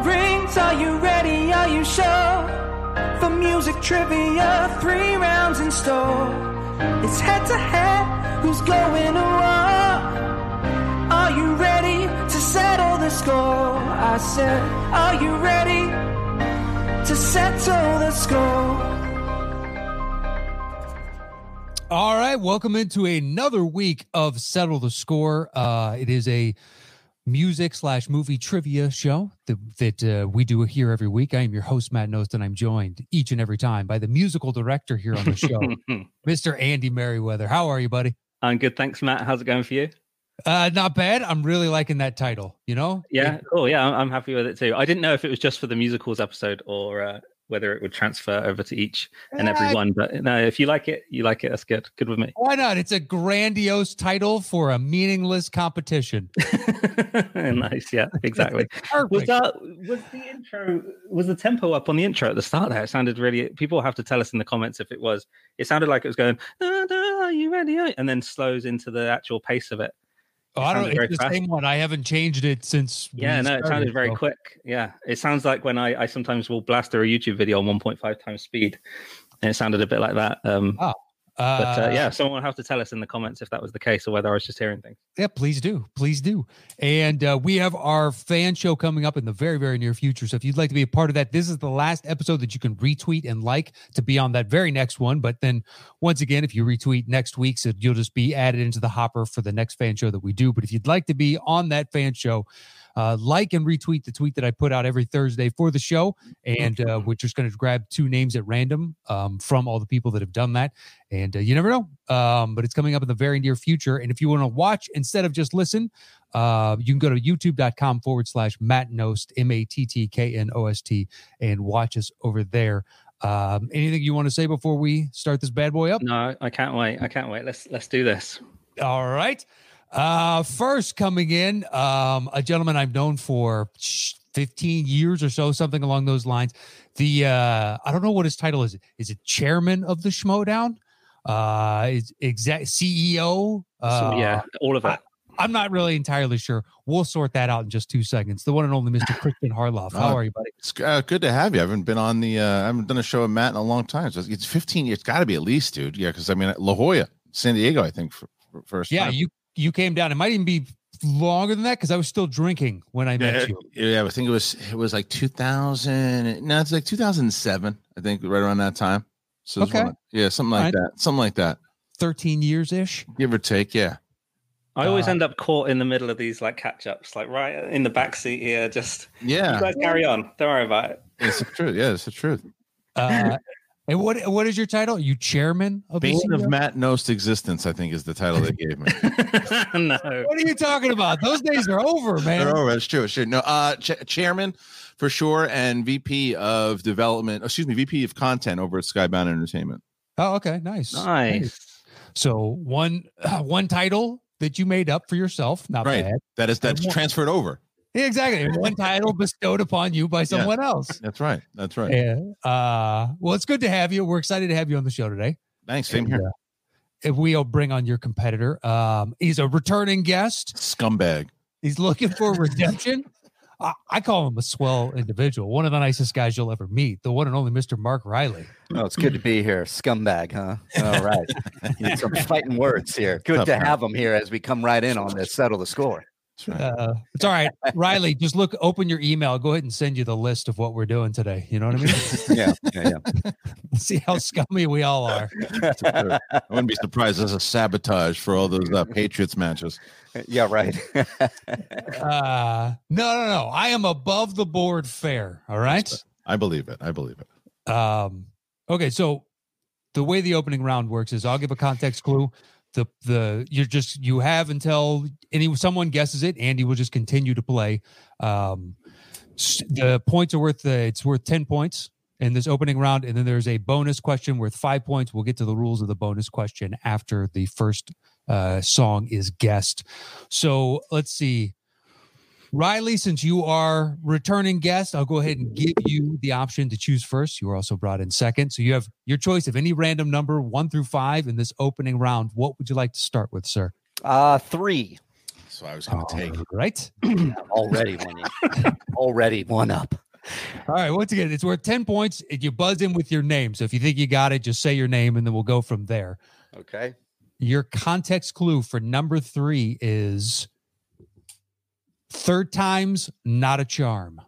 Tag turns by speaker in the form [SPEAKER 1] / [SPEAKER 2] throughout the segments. [SPEAKER 1] Are you ready? Are you sure? For music trivia, three rounds in store. It's head to head, who's going to war? Are you ready to settle the score? I said, Are you ready to settle the score?
[SPEAKER 2] All right, welcome into another week of Settle the Score. Uh, it is a music slash movie trivia show that, that uh, we do here every week. I am your host, Matt Nost, and I'm joined each and every time by the musical director here on the show, Mr. Andy Merriweather. How are you, buddy?
[SPEAKER 3] I'm good, thanks, Matt. How's it going for you?
[SPEAKER 2] Uh, not bad. I'm really liking that title, you know?
[SPEAKER 3] Yeah, cool. Yeah, I'm, I'm happy with it too. I didn't know if it was just for the musicals episode or uh, whether it would transfer over to each and every
[SPEAKER 1] Uh,
[SPEAKER 2] Eh,
[SPEAKER 3] one. But no, if you like it, you like it. That's good. Good with me.
[SPEAKER 2] Why not? It's a grandiose title for a meaningless competition.
[SPEAKER 3] nice. Yeah, exactly. Was
[SPEAKER 2] Perfect.
[SPEAKER 3] that was the intro? Was the tempo up on the intro at the start? There, it sounded really. People have to tell us in the comments if it was. It sounded like it was going. "Da, da, are you ready? Are you-" And then slows into the actual pace of it.
[SPEAKER 2] Oh, I don't
[SPEAKER 3] sounded
[SPEAKER 2] know.
[SPEAKER 3] very
[SPEAKER 2] It's the
[SPEAKER 3] fast.
[SPEAKER 2] same one. I haven't changed it since. we
[SPEAKER 3] Yeah, no, it
[SPEAKER 2] started,
[SPEAKER 3] sounded very
[SPEAKER 2] so-
[SPEAKER 3] quick. Yeah, it sounds like when I, I sometimes will blast through a YouTube video on 1.5 times speed, and it sounded a bit like that. Um,
[SPEAKER 2] Oh,
[SPEAKER 3] but uh, yeah, someone will have to tell us in the comments if that was the case or whether I was just hearing things.
[SPEAKER 2] Yeah, please do. Please do. And uh, we have our fan show coming up in the very, very near future. So if you'd like to be a part of that, this is the last episode that you can retweet and like to be on that very next one. But then once again, if you retweet next week's, so you'll just be added into the hopper for the next fan show that we do. But if you'd like to be on that fan show, uh, like and retweet the tweet that I put out every Thursday for the show. And uh, we're just going to grab two names at random um, from all the people that have done that and uh, you never know. Um, but it's coming up in the very near future. And if you want to watch instead of just listen, uh, you can go to youtube.com forward slash Matt Nost, M A T T K N O S T, and watch us over there. Um, anything you want to say before we start this bad boy up?
[SPEAKER 3] No, I can't wait. I can't wait. Let's let's do this.
[SPEAKER 2] All right. Uh, first coming in, um, a gentleman I've known for 15 years or so, something along those lines. The uh, I don't know what his title is. Is it chairman of the Schmodown? Uh, is exact CEO? Uh,
[SPEAKER 3] so, yeah, all of it.
[SPEAKER 2] I'm not really entirely sure. We'll sort that out in just two seconds. The one and only Mr. Christian Harloff. How
[SPEAKER 4] Oh.
[SPEAKER 2] are you, buddy?
[SPEAKER 4] It's uh, good to have you. I haven't been on the, uh, I haven't done a show with Matt in a long time. So it's- it's 15 years. It's got to be at least, dude. Yeah. Cause I mean, La Jolla, San Diego, I think, for, for first.
[SPEAKER 2] Yeah,
[SPEAKER 4] time.
[SPEAKER 2] you you came down. It might even be longer than that because I was still drinking when I
[SPEAKER 4] Yeah,
[SPEAKER 2] met you.
[SPEAKER 4] yeah, I think it was, it was like 2000. No, it's like 2007, I think, right around that time. So, it's
[SPEAKER 2] Okay.
[SPEAKER 4] one- yeah, something like
[SPEAKER 2] Alright.
[SPEAKER 4] that. Something like that.
[SPEAKER 2] 13 years ish.
[SPEAKER 4] Give or take. Yeah.
[SPEAKER 3] I always
[SPEAKER 2] uh,
[SPEAKER 3] end up caught in the middle of these like catch ups, like right in the back seat here. Just you
[SPEAKER 4] Yeah.
[SPEAKER 3] guys carry on. Don't worry about it.
[SPEAKER 4] It's the truth. Yeah. It's the truth.
[SPEAKER 2] Uh, and what what is your title? You chairman of the E
[SPEAKER 4] Bane of
[SPEAKER 2] CEO?
[SPEAKER 4] Matt Nost existence, I think, is the title they gave me.
[SPEAKER 3] no.
[SPEAKER 2] What are you talking about? Those days are over, man.
[SPEAKER 4] Oh, that's true. Sure. No, uh, ch- chairman for sure, and VP of development. oh, Excuse me, VP of content over at Skybound Entertainment.
[SPEAKER 2] Oh, okay, nice.
[SPEAKER 3] Nice.
[SPEAKER 2] So one uh, one title that you made up for yourself, not
[SPEAKER 4] Right.
[SPEAKER 2] bad.
[SPEAKER 4] That is that's
[SPEAKER 2] Good one.
[SPEAKER 4] transferred over.
[SPEAKER 2] Yeah, Exactly. And One title bestowed upon you by someone else.
[SPEAKER 4] That's right. That's right.
[SPEAKER 2] Yeah. Uh, well, it's good to have you. We're excited to have you on the show today.
[SPEAKER 4] Thanks. Same here.
[SPEAKER 2] And, uh, and we'll bring on your competitor. Um, he's a returning guest.
[SPEAKER 4] Scumbag.
[SPEAKER 2] He's looking for redemption. I, I call him a swell individual, one of the nicest guys you'll ever meet, the one and only Mr. Mark Riley.
[SPEAKER 5] Oh, it's good to be here. Scumbag, huh? All right. Need some fighting words here. Good to have them here as we come right in on this settle the score.
[SPEAKER 4] That's right.
[SPEAKER 2] Uh, it's all right, Riley. Just look, open your email. Go ahead and send you the list of what we're doing today. You know what I mean?
[SPEAKER 5] Yeah. yeah,
[SPEAKER 2] See how scummy we all are.
[SPEAKER 4] That's the truth. I wouldn't be surprised. That's a sabotage for all those uh, Patriots matches.
[SPEAKER 5] yeah. yeah right.
[SPEAKER 2] Uh, no, no, no. I am above the board fair. All right.
[SPEAKER 4] I believe it. I believe it.
[SPEAKER 2] Um, okay, so the way the opening round works is I'll give a context clue. The the you're just you have until any someone guesses it, Andy will just continue to play. Um, s- the points are worth uh, it's worth ten points in this opening round, and then there's a bonus question worth five points. We'll get to the rules of the bonus question after the first uh, song is guessed. So let's see. Riley, since you are returning guest, I'll go ahead and give you the option to choose first. You were also brought in second. So you have your choice of any random number, one through five, in this opening round. What would you like to start with, sir?
[SPEAKER 5] Uh, three Oh.
[SPEAKER 4] So I was going to take.
[SPEAKER 2] All Right?
[SPEAKER 5] already. One, already one up.
[SPEAKER 2] All right. Once again, it's worth 10 points. If You buzz in with your name. So if you think you got it, just say your name and then we'll go from there.
[SPEAKER 5] Okay.
[SPEAKER 2] Your context clue for number three is third time's not a charm.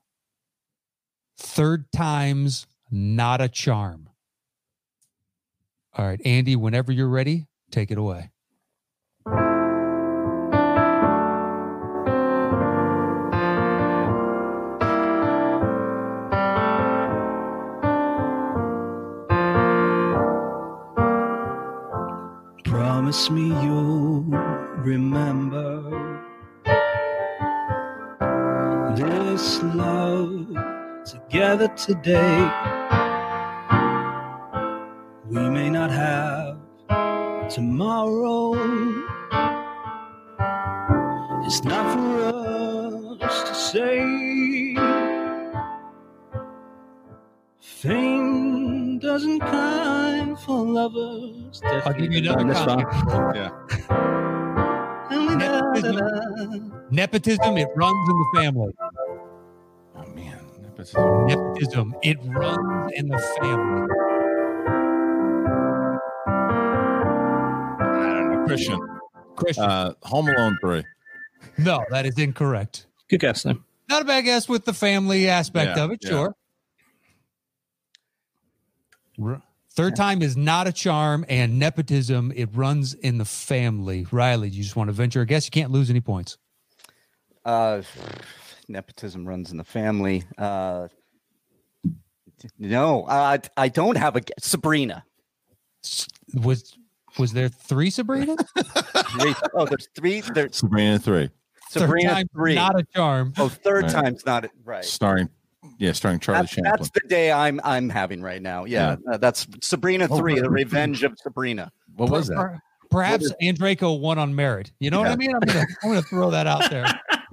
[SPEAKER 2] Third time's not a charm. All right, Andy, whenever you're ready, take it away.
[SPEAKER 1] Promise me you'll remember this love together today. We may not have tomorrow. It's not for us to say. Fame doesn't come for lovers.
[SPEAKER 2] I'll give you
[SPEAKER 3] Oh,
[SPEAKER 2] another
[SPEAKER 3] this
[SPEAKER 2] con-
[SPEAKER 3] one.
[SPEAKER 2] nepotism. It runs in the family.
[SPEAKER 4] Oh man, that's-
[SPEAKER 2] Nepotism. It runs in the family.
[SPEAKER 4] I don't know, Christian.
[SPEAKER 2] Christian.
[SPEAKER 4] Uh, Home Alone three.
[SPEAKER 2] no, that is incorrect.
[SPEAKER 3] Good guess, though.
[SPEAKER 2] Not a bad guess with the family aspect
[SPEAKER 4] Yeah,
[SPEAKER 2] of it.
[SPEAKER 4] yeah.
[SPEAKER 2] Sure. R- Third time is not a charm, and nepotism it runs in the family. Riley, you just want to venture a guess? You can't lose any points.
[SPEAKER 5] Uh, nepotism runs in the family. Uh, no, I I don't have a g- Sabrina.
[SPEAKER 2] S- Was was there three Sabrina?
[SPEAKER 5] Three- oh, there's three. There's
[SPEAKER 4] Sabrina three,
[SPEAKER 5] Sabrina
[SPEAKER 2] time's
[SPEAKER 5] three.
[SPEAKER 2] Not a charm.
[SPEAKER 5] oh, third
[SPEAKER 4] Right.
[SPEAKER 5] time's not it- right.
[SPEAKER 4] starring yeah, starring Charlie
[SPEAKER 5] That's,
[SPEAKER 4] Chaplin.
[SPEAKER 5] that's the day I'm I'm having right now. Yeah, uh, that's Sabrina
[SPEAKER 4] Oh,
[SPEAKER 5] three, the
[SPEAKER 4] right.
[SPEAKER 5] revenge of Sabrina.
[SPEAKER 4] what was that?
[SPEAKER 2] Per- Perhaps Andreco won on merit. You know what I
[SPEAKER 4] Yeah.
[SPEAKER 2] mean? I'm gonna, I'm gonna throw that out there.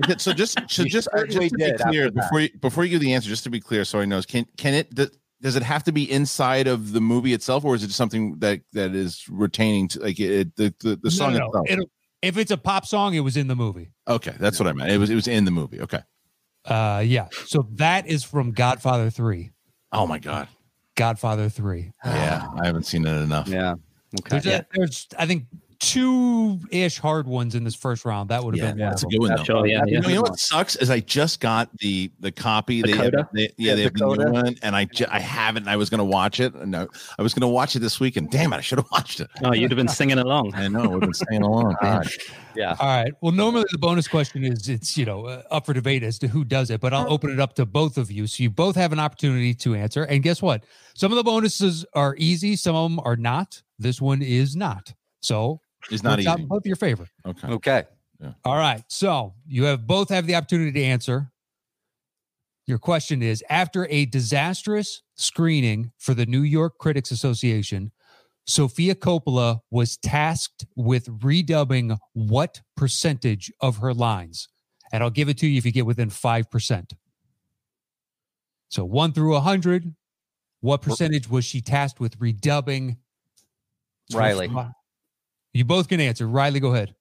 [SPEAKER 4] Okay, So just so
[SPEAKER 5] You
[SPEAKER 4] just,
[SPEAKER 5] certainly
[SPEAKER 4] just to be
[SPEAKER 5] did after
[SPEAKER 4] clear
[SPEAKER 5] that.
[SPEAKER 4] before you, before you give the answer, just to be clear, so I know, can can it th- does it have to be inside of the movie itself, or is it something that that is retaining to like it, the the, the
[SPEAKER 2] No,
[SPEAKER 4] song
[SPEAKER 2] no, no.
[SPEAKER 4] itself?
[SPEAKER 2] It'll- if it's a pop song, it was in the movie.
[SPEAKER 4] okay, that's what I meant. It was it was in the movie. Okay.
[SPEAKER 2] Uh, yeah. So that is from Godfather Three.
[SPEAKER 4] Oh my god.
[SPEAKER 2] Godfather Three.
[SPEAKER 4] Yeah, I haven't seen it enough.
[SPEAKER 5] Yeah. Okay.
[SPEAKER 2] There's, a, there's I think two ish hard ones in this first round. That would have
[SPEAKER 4] Yeah,
[SPEAKER 2] been one.
[SPEAKER 4] that's a
[SPEAKER 2] of
[SPEAKER 4] good one though.
[SPEAKER 3] Sure, yeah,
[SPEAKER 4] You
[SPEAKER 3] yeah.
[SPEAKER 4] know, you know what sucks is I just got the the copy. They, have-
[SPEAKER 3] Dakota?
[SPEAKER 4] they- yeah,
[SPEAKER 5] Yeah,
[SPEAKER 4] they have the new
[SPEAKER 5] Dakota.
[SPEAKER 4] one, and I ju- I haven't. I was gonna watch it, and I, I was gonna watch it this weekend. Damn it, I should have watched it.
[SPEAKER 3] Oh, you'd have been singing along.
[SPEAKER 4] I know we've been staying along. God.
[SPEAKER 5] Yeah.
[SPEAKER 2] them. All right. Well, normally the bonus question is it's you know uh, up for debate as to who does it, but I'll open it up to both of you, so you both have an opportunity to answer. And guess what? Some of the bonuses are easy, some of them are not. This one is not. So
[SPEAKER 4] It's not
[SPEAKER 2] works out in
[SPEAKER 4] easy.
[SPEAKER 2] Both your favor.
[SPEAKER 4] Okay.
[SPEAKER 5] Okay.
[SPEAKER 2] All right. So you have both have the opportunity to answer. Your question is after a disastrous screening for the New York Critics Association, Sophia Coppola was tasked with redubbing what percentage of her lines? And I'll give it to you if you get within 5%. So 1 through 100, what percentage was she tasked with redubbing?
[SPEAKER 5] Riley.
[SPEAKER 2] You both can answer. Riley, go ahead.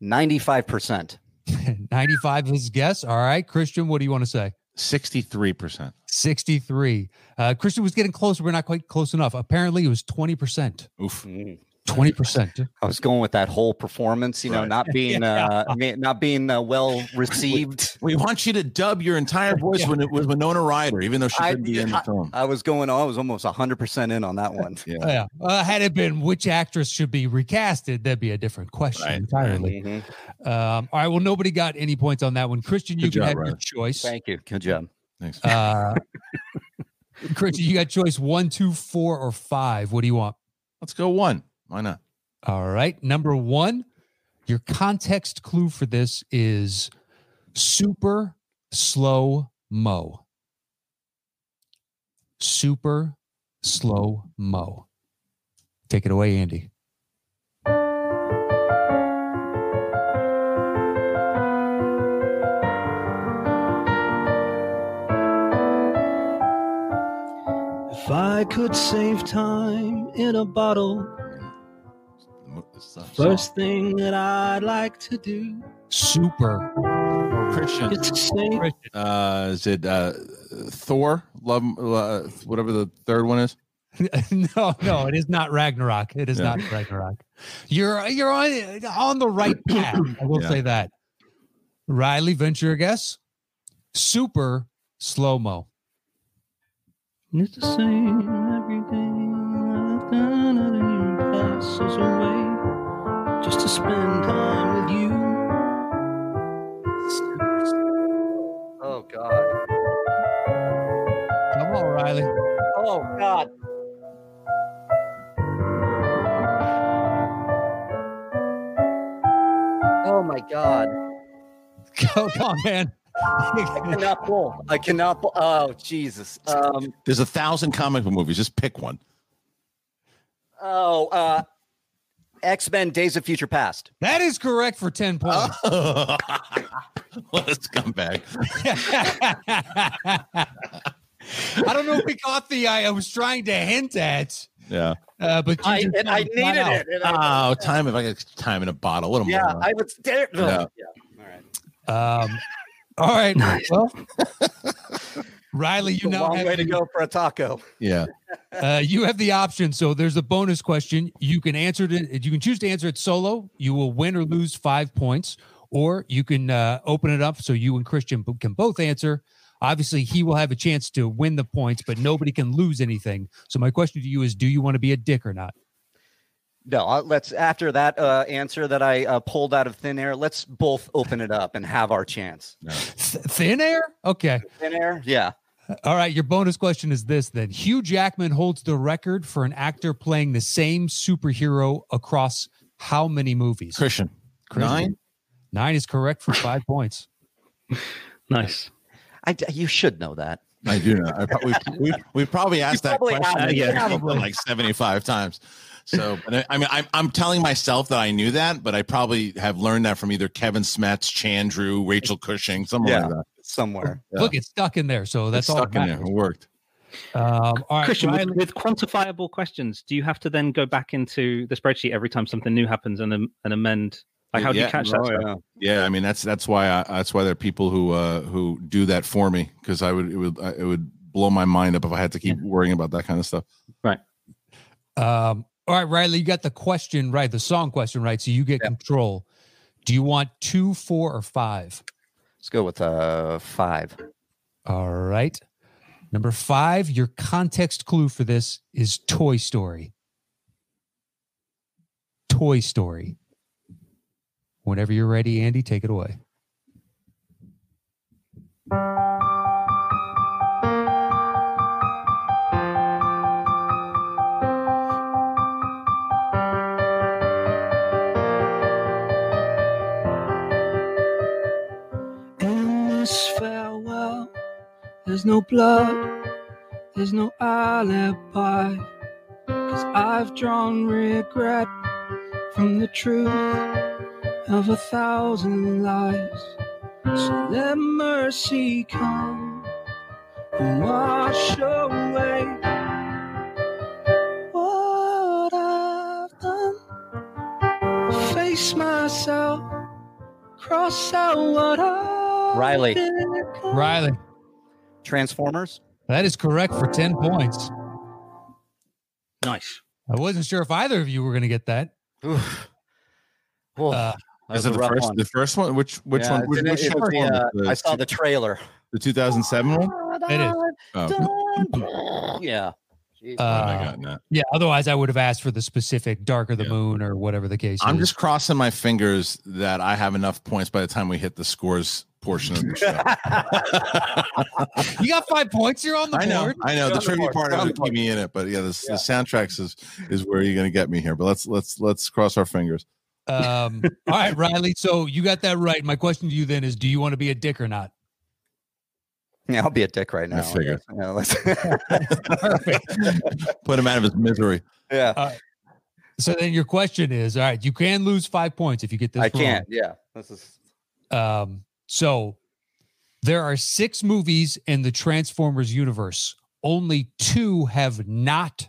[SPEAKER 5] Ninety-five percent.
[SPEAKER 2] 95 his guess. All right, Christian, what do you want to say?
[SPEAKER 4] Sixty-three percent.
[SPEAKER 2] 63. Uh, Christian was getting closer. We're not quite close enough. Apparently, it was 20%.
[SPEAKER 4] Oof.
[SPEAKER 2] 20%.
[SPEAKER 5] I was going with that whole performance, you know,
[SPEAKER 4] Right.
[SPEAKER 5] not being uh, ma- not being uh, well received.
[SPEAKER 4] We want you to dub your entire voice when it was Winona Ryder, even though she
[SPEAKER 5] I-
[SPEAKER 4] couldn't be in the film.
[SPEAKER 5] I was going, I was almost hundred percent in on that one.
[SPEAKER 4] Yeah.
[SPEAKER 2] Yeah. Uh, had it been which actress should be recasted, that'd be a different question
[SPEAKER 4] Right.
[SPEAKER 2] entirely.
[SPEAKER 5] Mhm.
[SPEAKER 2] Um, all right. Well, nobody got any points on that one. Christian, you can
[SPEAKER 4] Good job,
[SPEAKER 2] have your
[SPEAKER 4] Riley.
[SPEAKER 2] choice.
[SPEAKER 5] Thank you. Good job.
[SPEAKER 4] Thanks.
[SPEAKER 2] Uh, Christian, you got choice one, two, four, or five. What do you want?
[SPEAKER 4] Let's go one. Why not?
[SPEAKER 2] All right. Number one, your context clue for this is super slow mo. Super slow mo. Take it away, Andy.
[SPEAKER 1] If I could save time in a bottle,
[SPEAKER 4] Mo- it's not-
[SPEAKER 1] first thing that I'd like to do
[SPEAKER 2] Super
[SPEAKER 4] Christian. Uh, is it uh, Thor? Love, uh, whatever the third one is.
[SPEAKER 2] no, no, it is not Ragnarok. It is
[SPEAKER 4] Yeah.
[SPEAKER 2] not Ragnarok. You're you're on on the right path. I will
[SPEAKER 4] Yeah.
[SPEAKER 2] say that. Riley, venture a guess. Super slow mo.
[SPEAKER 3] It's the same every day. Another year passes away just to spend time with you.
[SPEAKER 5] Oh God.
[SPEAKER 2] Come on, Riley.
[SPEAKER 5] Oh God. Oh my God.
[SPEAKER 2] Come on, man.
[SPEAKER 5] I cannot pull. I cannot pull. Oh Jesus. Um.
[SPEAKER 4] There's a thousand comic book movies. Just pick one.
[SPEAKER 5] Oh. Uh. X Men: Days of Future Past.
[SPEAKER 2] That is correct for 10 points.
[SPEAKER 4] Let's come back.
[SPEAKER 2] I don't know if we caught the uh, I, I was trying to hint at,
[SPEAKER 4] Yeah.
[SPEAKER 2] uh, but you
[SPEAKER 5] I
[SPEAKER 2] just
[SPEAKER 5] and I
[SPEAKER 2] got
[SPEAKER 5] needed
[SPEAKER 2] out.
[SPEAKER 5] it. and I-
[SPEAKER 4] Oh, time if I get time in a bottle. What a
[SPEAKER 5] yeah,
[SPEAKER 4] moron.
[SPEAKER 5] I was there. Oh,
[SPEAKER 4] Yeah.
[SPEAKER 5] yeah. All right.
[SPEAKER 2] Um, all right. Well, Riley,
[SPEAKER 5] It's
[SPEAKER 2] you
[SPEAKER 5] a
[SPEAKER 2] now
[SPEAKER 5] long
[SPEAKER 2] have
[SPEAKER 5] way to go for a taco.
[SPEAKER 4] yeah.
[SPEAKER 2] uh, you have the option. So there's a bonus question. You can answer it. You can choose to answer it solo. You will win or lose five points, or you can uh, open it up so you and Christian b- can both answer. Obviously, he will have a chance to win the points, but nobody can lose anything. So my question to you is: Do you want to be a dick or not?
[SPEAKER 5] No, uh, let's after that uh, answer that I uh, pulled out of thin air. Let's both open it up and have our chance.
[SPEAKER 2] Th- thin air. Okay.
[SPEAKER 5] Thin air, yeah.
[SPEAKER 2] All right, your bonus question is this then. Hugh Jackman holds the record for an actor playing the same superhero across how many movies?
[SPEAKER 4] Christian.
[SPEAKER 2] Christian.
[SPEAKER 4] Nine?
[SPEAKER 2] Nine is correct for five points.
[SPEAKER 3] Nice.
[SPEAKER 5] I d- you should know that.
[SPEAKER 4] I do not. I probably, we, we probably asked that
[SPEAKER 5] probably
[SPEAKER 4] question
[SPEAKER 5] have,
[SPEAKER 4] yeah,
[SPEAKER 5] probably.
[SPEAKER 4] like 75 times. So, but I, I mean, I'm, I'm telling myself that I knew that, but I probably have learned that from either Kevin Smets, Chandru, Rachel Cushing, someone
[SPEAKER 5] Yeah.
[SPEAKER 4] like that.
[SPEAKER 5] somewhere.
[SPEAKER 4] Yeah.
[SPEAKER 2] Look, it's stuck in there. So that's
[SPEAKER 4] It's
[SPEAKER 2] all.
[SPEAKER 4] stuck in
[SPEAKER 2] that
[SPEAKER 4] there. It
[SPEAKER 2] matters.
[SPEAKER 4] worked.
[SPEAKER 2] Um, all right,
[SPEAKER 3] Christian, with,
[SPEAKER 2] Riley-
[SPEAKER 3] with quantifiable questions, do you have to then go back into the spreadsheet every time something new happens and, am- and amend? Like, how do
[SPEAKER 4] Yeah,
[SPEAKER 3] you catch that?
[SPEAKER 5] Oh,
[SPEAKER 3] stuff?
[SPEAKER 4] Yeah, I mean that's that's why I, that's why there are people who uh, who do that for me because I would it would I- it would blow my mind up if I had to keep worrying about that kind of stuff.
[SPEAKER 2] um, all right, Riley, you got the question right, the song question right. So you get
[SPEAKER 5] Yeah.
[SPEAKER 2] control. Do you want two, four, or five?
[SPEAKER 5] Let's go with uh five.
[SPEAKER 2] All right. Number five, your context clue for this is Toy Story. Toy Story. Whenever you're ready, Andy, take it away.
[SPEAKER 6] In this farewell, there's no blood, there's no alibi. Cause I've drawn regret from the truth of a thousand lies. So let mercy come and wash away what I've done. Face myself, cross out what I
[SPEAKER 5] Riley.
[SPEAKER 6] did.
[SPEAKER 2] Riley,
[SPEAKER 5] Transformers.
[SPEAKER 2] that is correct for 10 points.
[SPEAKER 3] Nice.
[SPEAKER 2] I wasn't sure if either of you were going to get that.
[SPEAKER 5] Oof. Whew,
[SPEAKER 2] Uh,
[SPEAKER 5] that was
[SPEAKER 4] Is it
[SPEAKER 5] a
[SPEAKER 4] the
[SPEAKER 5] rough
[SPEAKER 4] first
[SPEAKER 5] one.
[SPEAKER 4] the first one? Which which
[SPEAKER 5] Yeah,
[SPEAKER 4] one?
[SPEAKER 5] it's
[SPEAKER 4] Which,
[SPEAKER 5] in it-
[SPEAKER 4] which
[SPEAKER 5] it's
[SPEAKER 4] short
[SPEAKER 5] the,
[SPEAKER 4] one?
[SPEAKER 5] uh,
[SPEAKER 4] The
[SPEAKER 5] I saw the trailer.
[SPEAKER 4] the 2007 one.
[SPEAKER 2] It is.
[SPEAKER 4] Oh,
[SPEAKER 5] Yeah.
[SPEAKER 4] I
[SPEAKER 2] uh,
[SPEAKER 4] got that.
[SPEAKER 2] yeah, otherwise I would have asked for the specific Dark of the
[SPEAKER 4] Yeah.
[SPEAKER 2] Moon or whatever the case
[SPEAKER 4] I'm
[SPEAKER 2] is.
[SPEAKER 4] just crossing my fingers that I have enough points by the time we hit the scores portion of the show.
[SPEAKER 2] you got five points. You're on the
[SPEAKER 4] I know,
[SPEAKER 2] board.
[SPEAKER 4] I know.
[SPEAKER 5] You're
[SPEAKER 4] The
[SPEAKER 5] on the
[SPEAKER 4] trivia
[SPEAKER 5] board.
[SPEAKER 4] part
[SPEAKER 5] You're on
[SPEAKER 4] doesn't
[SPEAKER 5] the board.
[SPEAKER 4] keep me in it, but yeah, this, the soundtracks is is where you're going to get me here. But let's let's let's cross our fingers.
[SPEAKER 2] Um, all right, Riley. So you got that right. My question to you then is do you want to be a dick or not?
[SPEAKER 5] yeah, I'll be a dick right now.
[SPEAKER 4] figured.
[SPEAKER 5] Yeah, let's-
[SPEAKER 4] Put him out of his misery.
[SPEAKER 5] yeah.
[SPEAKER 2] So then your question is, all right, you can lose five points if you get this.
[SPEAKER 5] I can't. Yeah. This is
[SPEAKER 2] wrong. Um, so there are six movies in the Transformers universe. Only two have not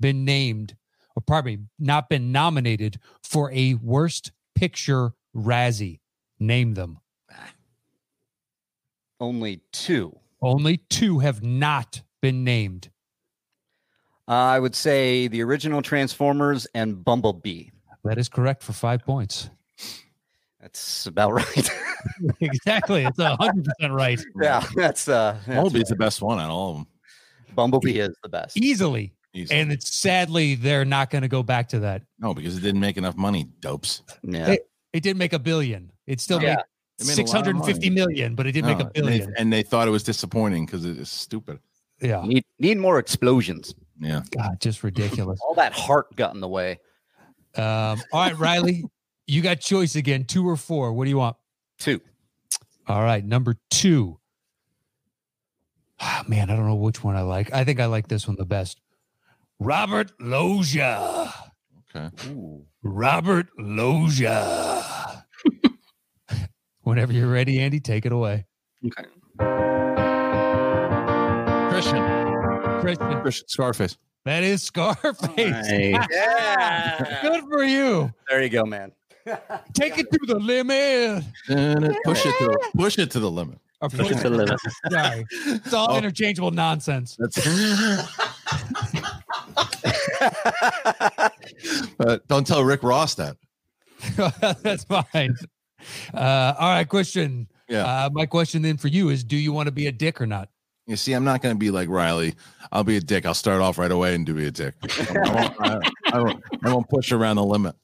[SPEAKER 2] been named, or pardon me, not been nominated for a worst picture Razzie. Name them.
[SPEAKER 5] only two.
[SPEAKER 2] Only two have not been named.
[SPEAKER 5] Uh, I would say the original Transformers and Bumblebee.
[SPEAKER 2] That is correct for five points.
[SPEAKER 5] That's about right.
[SPEAKER 2] exactly. It's hundred percent right.
[SPEAKER 5] yeah, that's uh, that's
[SPEAKER 4] Bumblebee's the best one out of all of them.
[SPEAKER 5] right. Bumblebee is the best.
[SPEAKER 2] Easily.
[SPEAKER 4] Easily.
[SPEAKER 2] And it's sadly they're not going to go back to that.
[SPEAKER 4] no, because it didn't make enough money. Dopes.
[SPEAKER 5] Yeah.
[SPEAKER 2] Hey, It did make a billion. It still
[SPEAKER 5] Yeah.
[SPEAKER 2] made
[SPEAKER 4] It made a
[SPEAKER 2] six
[SPEAKER 4] lot of
[SPEAKER 2] hundred and fifty
[SPEAKER 4] money. Oh,
[SPEAKER 2] million, but it did make
[SPEAKER 4] No,
[SPEAKER 2] a billion.
[SPEAKER 4] And they, and they thought it was disappointing because it's stupid.
[SPEAKER 2] yeah.
[SPEAKER 5] Need need more explosions.
[SPEAKER 4] Yeah.
[SPEAKER 2] God, just ridiculous.
[SPEAKER 5] All that heart got in the way.
[SPEAKER 2] Um, all right, Riley, you got choice again. Two or four. What do you want?
[SPEAKER 5] Two.
[SPEAKER 2] All right, number two. Ah, man, I don't know which one I like. I think I like this one the best. Robert Loggia.
[SPEAKER 4] Okay.
[SPEAKER 2] Robert Loggia. Whenever you're ready, Andy, take it away.
[SPEAKER 3] Okay.
[SPEAKER 4] Christian.
[SPEAKER 2] Christian,
[SPEAKER 4] Christian Scarface.
[SPEAKER 2] that is Scarface.
[SPEAKER 3] Nice.
[SPEAKER 5] Yeah.
[SPEAKER 2] Good for you.
[SPEAKER 5] there you go, man.
[SPEAKER 2] Take it to the limit.
[SPEAKER 4] Dun- it- Push it to the push it to the limit.
[SPEAKER 2] Or
[SPEAKER 3] Push it to the limit.
[SPEAKER 2] Sorry. It's all
[SPEAKER 4] Oh.
[SPEAKER 2] interchangeable nonsense.
[SPEAKER 4] That's but don't tell Rick Ross that.
[SPEAKER 2] That's fine. Uh, all right, question.
[SPEAKER 4] Yeah.
[SPEAKER 2] Uh, my question then for you is: Do you want to be a dick or not?
[SPEAKER 4] You see, I'm not going to be like Riley. I'll be a dick. I'll start off right away and do be a dick. I won't, I, I won't, I won't push around the limit.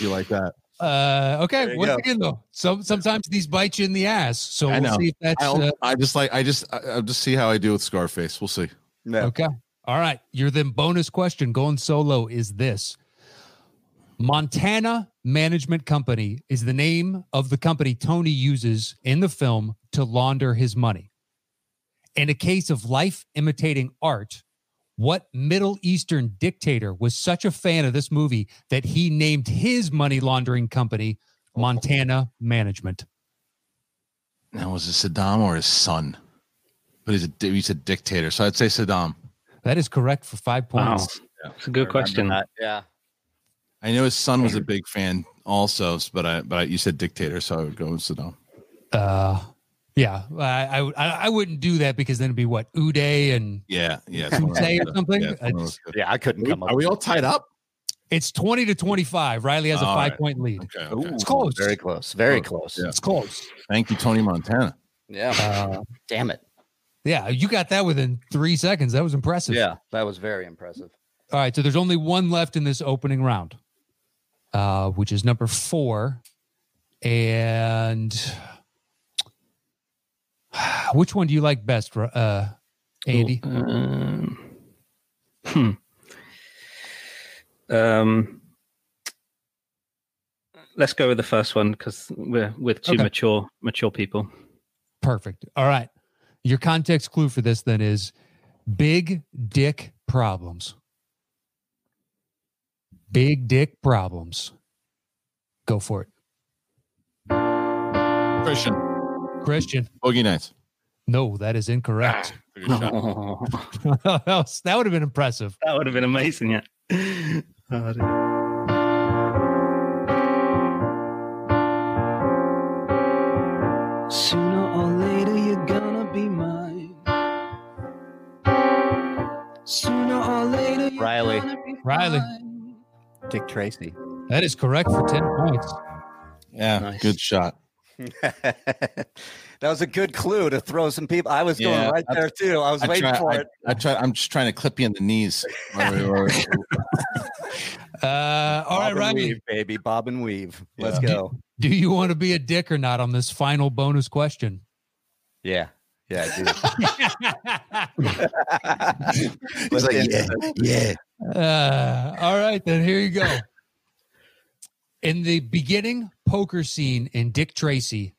[SPEAKER 4] Be like that.
[SPEAKER 2] Uh, okay.
[SPEAKER 5] There you
[SPEAKER 2] Once
[SPEAKER 5] go.
[SPEAKER 2] again, though, some sometimes these bite you in the ass. So
[SPEAKER 4] I
[SPEAKER 2] we'll
[SPEAKER 4] know.
[SPEAKER 2] see if that's
[SPEAKER 4] I,
[SPEAKER 2] uh,
[SPEAKER 4] don't, I just like. I just. I, I'll just see how I do with Scarface. We'll see.
[SPEAKER 5] No.
[SPEAKER 2] okay. All right. Your then bonus question going solo is this: Montana Management Company is the name of the company Tony uses in the film to launder his money. In a case of life imitating art, what Middle Eastern dictator was such a fan of this movie that he named his money laundering company Montana Management?
[SPEAKER 4] Now was it Saddam or his son? But he's a di- he's a dictator. So I'd say Saddam.
[SPEAKER 2] That is correct for five
[SPEAKER 3] Wow.
[SPEAKER 2] points.
[SPEAKER 3] It's a good question.
[SPEAKER 5] Remember that, Yeah.
[SPEAKER 4] I know his son was a big fan also, s- but I but I, you said dictator, so I would go with Saddam.
[SPEAKER 2] Uh, yeah, I, I would- I I wouldn't do that because then it'd be what Uday and
[SPEAKER 4] Yeah, yeah. it's one of
[SPEAKER 2] Say
[SPEAKER 4] those-
[SPEAKER 2] or something.
[SPEAKER 4] yeah, it's one of
[SPEAKER 2] it's,
[SPEAKER 4] those good-
[SPEAKER 5] Yeah, I couldn't come up.
[SPEAKER 4] Are we all tied up?
[SPEAKER 2] it's twenty to twenty five. Riley has a
[SPEAKER 4] All
[SPEAKER 2] five
[SPEAKER 4] right.
[SPEAKER 2] point lead.
[SPEAKER 4] Okay.
[SPEAKER 5] with-
[SPEAKER 4] okay.
[SPEAKER 5] Ooh,
[SPEAKER 2] It's close.
[SPEAKER 5] Very close. Very close.
[SPEAKER 4] Yeah.
[SPEAKER 2] It's close.
[SPEAKER 4] Thank you, Tony Montana.
[SPEAKER 5] Yeah.
[SPEAKER 2] Uh,
[SPEAKER 5] Damn it.
[SPEAKER 2] yeah, you got that within three seconds. That was impressive.
[SPEAKER 5] Yeah. That was very impressive.
[SPEAKER 2] All right, so there's only one left in this opening round, uh, which is number four. And which one do you like best, Ri- uh, Andy?
[SPEAKER 3] Um, hmm. Um, let's go with the first one because we're with two
[SPEAKER 2] Okay.
[SPEAKER 3] mature mature people.
[SPEAKER 2] Perfect. All right. Your context clue for this then is big dick problems. Big dick problems. Go for it.
[SPEAKER 4] Christian.
[SPEAKER 2] Christian.
[SPEAKER 4] Boogie Nights.
[SPEAKER 2] No, that is incorrect.
[SPEAKER 4] Good shot.
[SPEAKER 3] that
[SPEAKER 2] that was- that would have been impressive.
[SPEAKER 3] would have been amazing. Yeah. Oh, dear.
[SPEAKER 6] Sooner or later, you're gonna be mine. Sooner or later, you're
[SPEAKER 5] Riley.
[SPEAKER 6] gonna be
[SPEAKER 2] Riley.
[SPEAKER 6] mine.
[SPEAKER 5] Dick Tracy.
[SPEAKER 2] That is correct for 10 points.
[SPEAKER 4] Yeah,
[SPEAKER 3] Nice.
[SPEAKER 4] good shot.
[SPEAKER 5] that was a good clue to throw some people. I was
[SPEAKER 4] Yeah,
[SPEAKER 5] going right
[SPEAKER 4] I-
[SPEAKER 5] there too. I was
[SPEAKER 4] I
[SPEAKER 5] waiting
[SPEAKER 4] try-
[SPEAKER 5] for it.
[SPEAKER 4] I try. I'm just trying to clip you in the knees.
[SPEAKER 2] Uh, all right,
[SPEAKER 5] Bob and
[SPEAKER 2] Riley.
[SPEAKER 5] weave, baby, bob and weave. Let's
[SPEAKER 4] Yeah.
[SPEAKER 5] go.
[SPEAKER 2] Do you want to be a dick or not on this final bonus question?
[SPEAKER 5] Yeah, yeah, I do.
[SPEAKER 4] He's like, yeah, yeah.
[SPEAKER 2] Uh, all right, then here you go. In the beginning poker scene in Dick Tracy,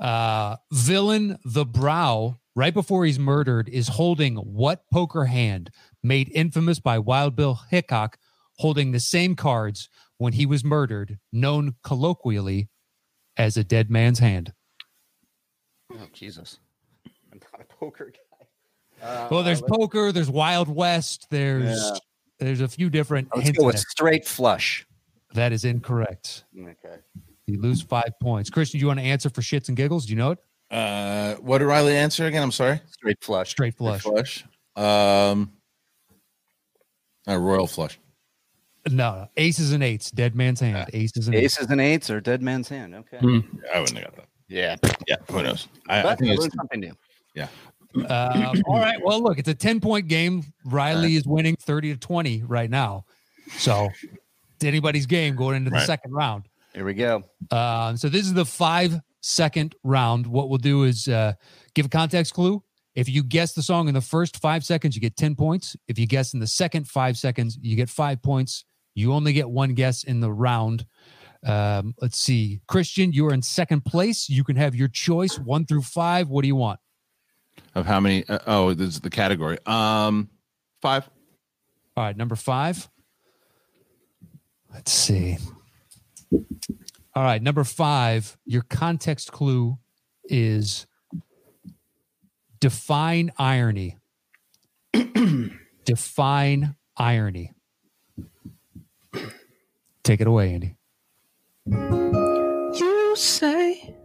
[SPEAKER 2] uh, villain the Brow, right before he's murdered, is holding what poker hand made infamous by Wild Bill Hickok, holding the same cards when he was murdered, known colloquially as a dead man's hand.
[SPEAKER 5] oh, Jesus, I'm not a poker guy. Uh,
[SPEAKER 2] Well, there's
[SPEAKER 5] let's,
[SPEAKER 2] poker, there's Wild West, there's
[SPEAKER 5] Yeah.
[SPEAKER 2] there's a few different.
[SPEAKER 5] let's
[SPEAKER 2] hints
[SPEAKER 5] go
[SPEAKER 2] in
[SPEAKER 5] with
[SPEAKER 2] there.
[SPEAKER 5] straight flush.
[SPEAKER 2] That is incorrect.
[SPEAKER 5] Okay.
[SPEAKER 2] You lose five points. Christian, do you want to answer for shits and giggles? Do you know it?
[SPEAKER 4] Uh, what did Riley answer again? I'm sorry.
[SPEAKER 5] Straight flush.
[SPEAKER 2] Straight flush.
[SPEAKER 4] Flush. Um, a royal flush.
[SPEAKER 2] No, no, aces and eights. Dead man's hand. Aces and eights.
[SPEAKER 5] Aces and eights or dead man's hand. Okay.
[SPEAKER 3] Hmm.
[SPEAKER 4] I wouldn't have got that.
[SPEAKER 5] Yeah.
[SPEAKER 4] Yeah, who knows? I, I
[SPEAKER 5] But I
[SPEAKER 4] think it's
[SPEAKER 5] learned something new.
[SPEAKER 2] Um, all right. Well, look, it's a ten point game. Riley is winning thirty to twenty right now. So it's anybody's game going into the
[SPEAKER 4] Right.
[SPEAKER 2] second round.
[SPEAKER 5] Here we go.
[SPEAKER 2] Um, so this is the five second round. What we'll do is uh, give a context clue. If you guess the song in the first five seconds, you get 10 points. If you guess in the second five seconds, you get five points. You only get one guess in the round. Um, let's see. Christian, you're in second place. You can have your choice one through five. What do you want?
[SPEAKER 4] of how many. Uh, oh, this is the category. Um, five.
[SPEAKER 2] All right, number five. Let's see. All right, number five, your context clue is define irony. define irony. Take it away, Andy.
[SPEAKER 6] You say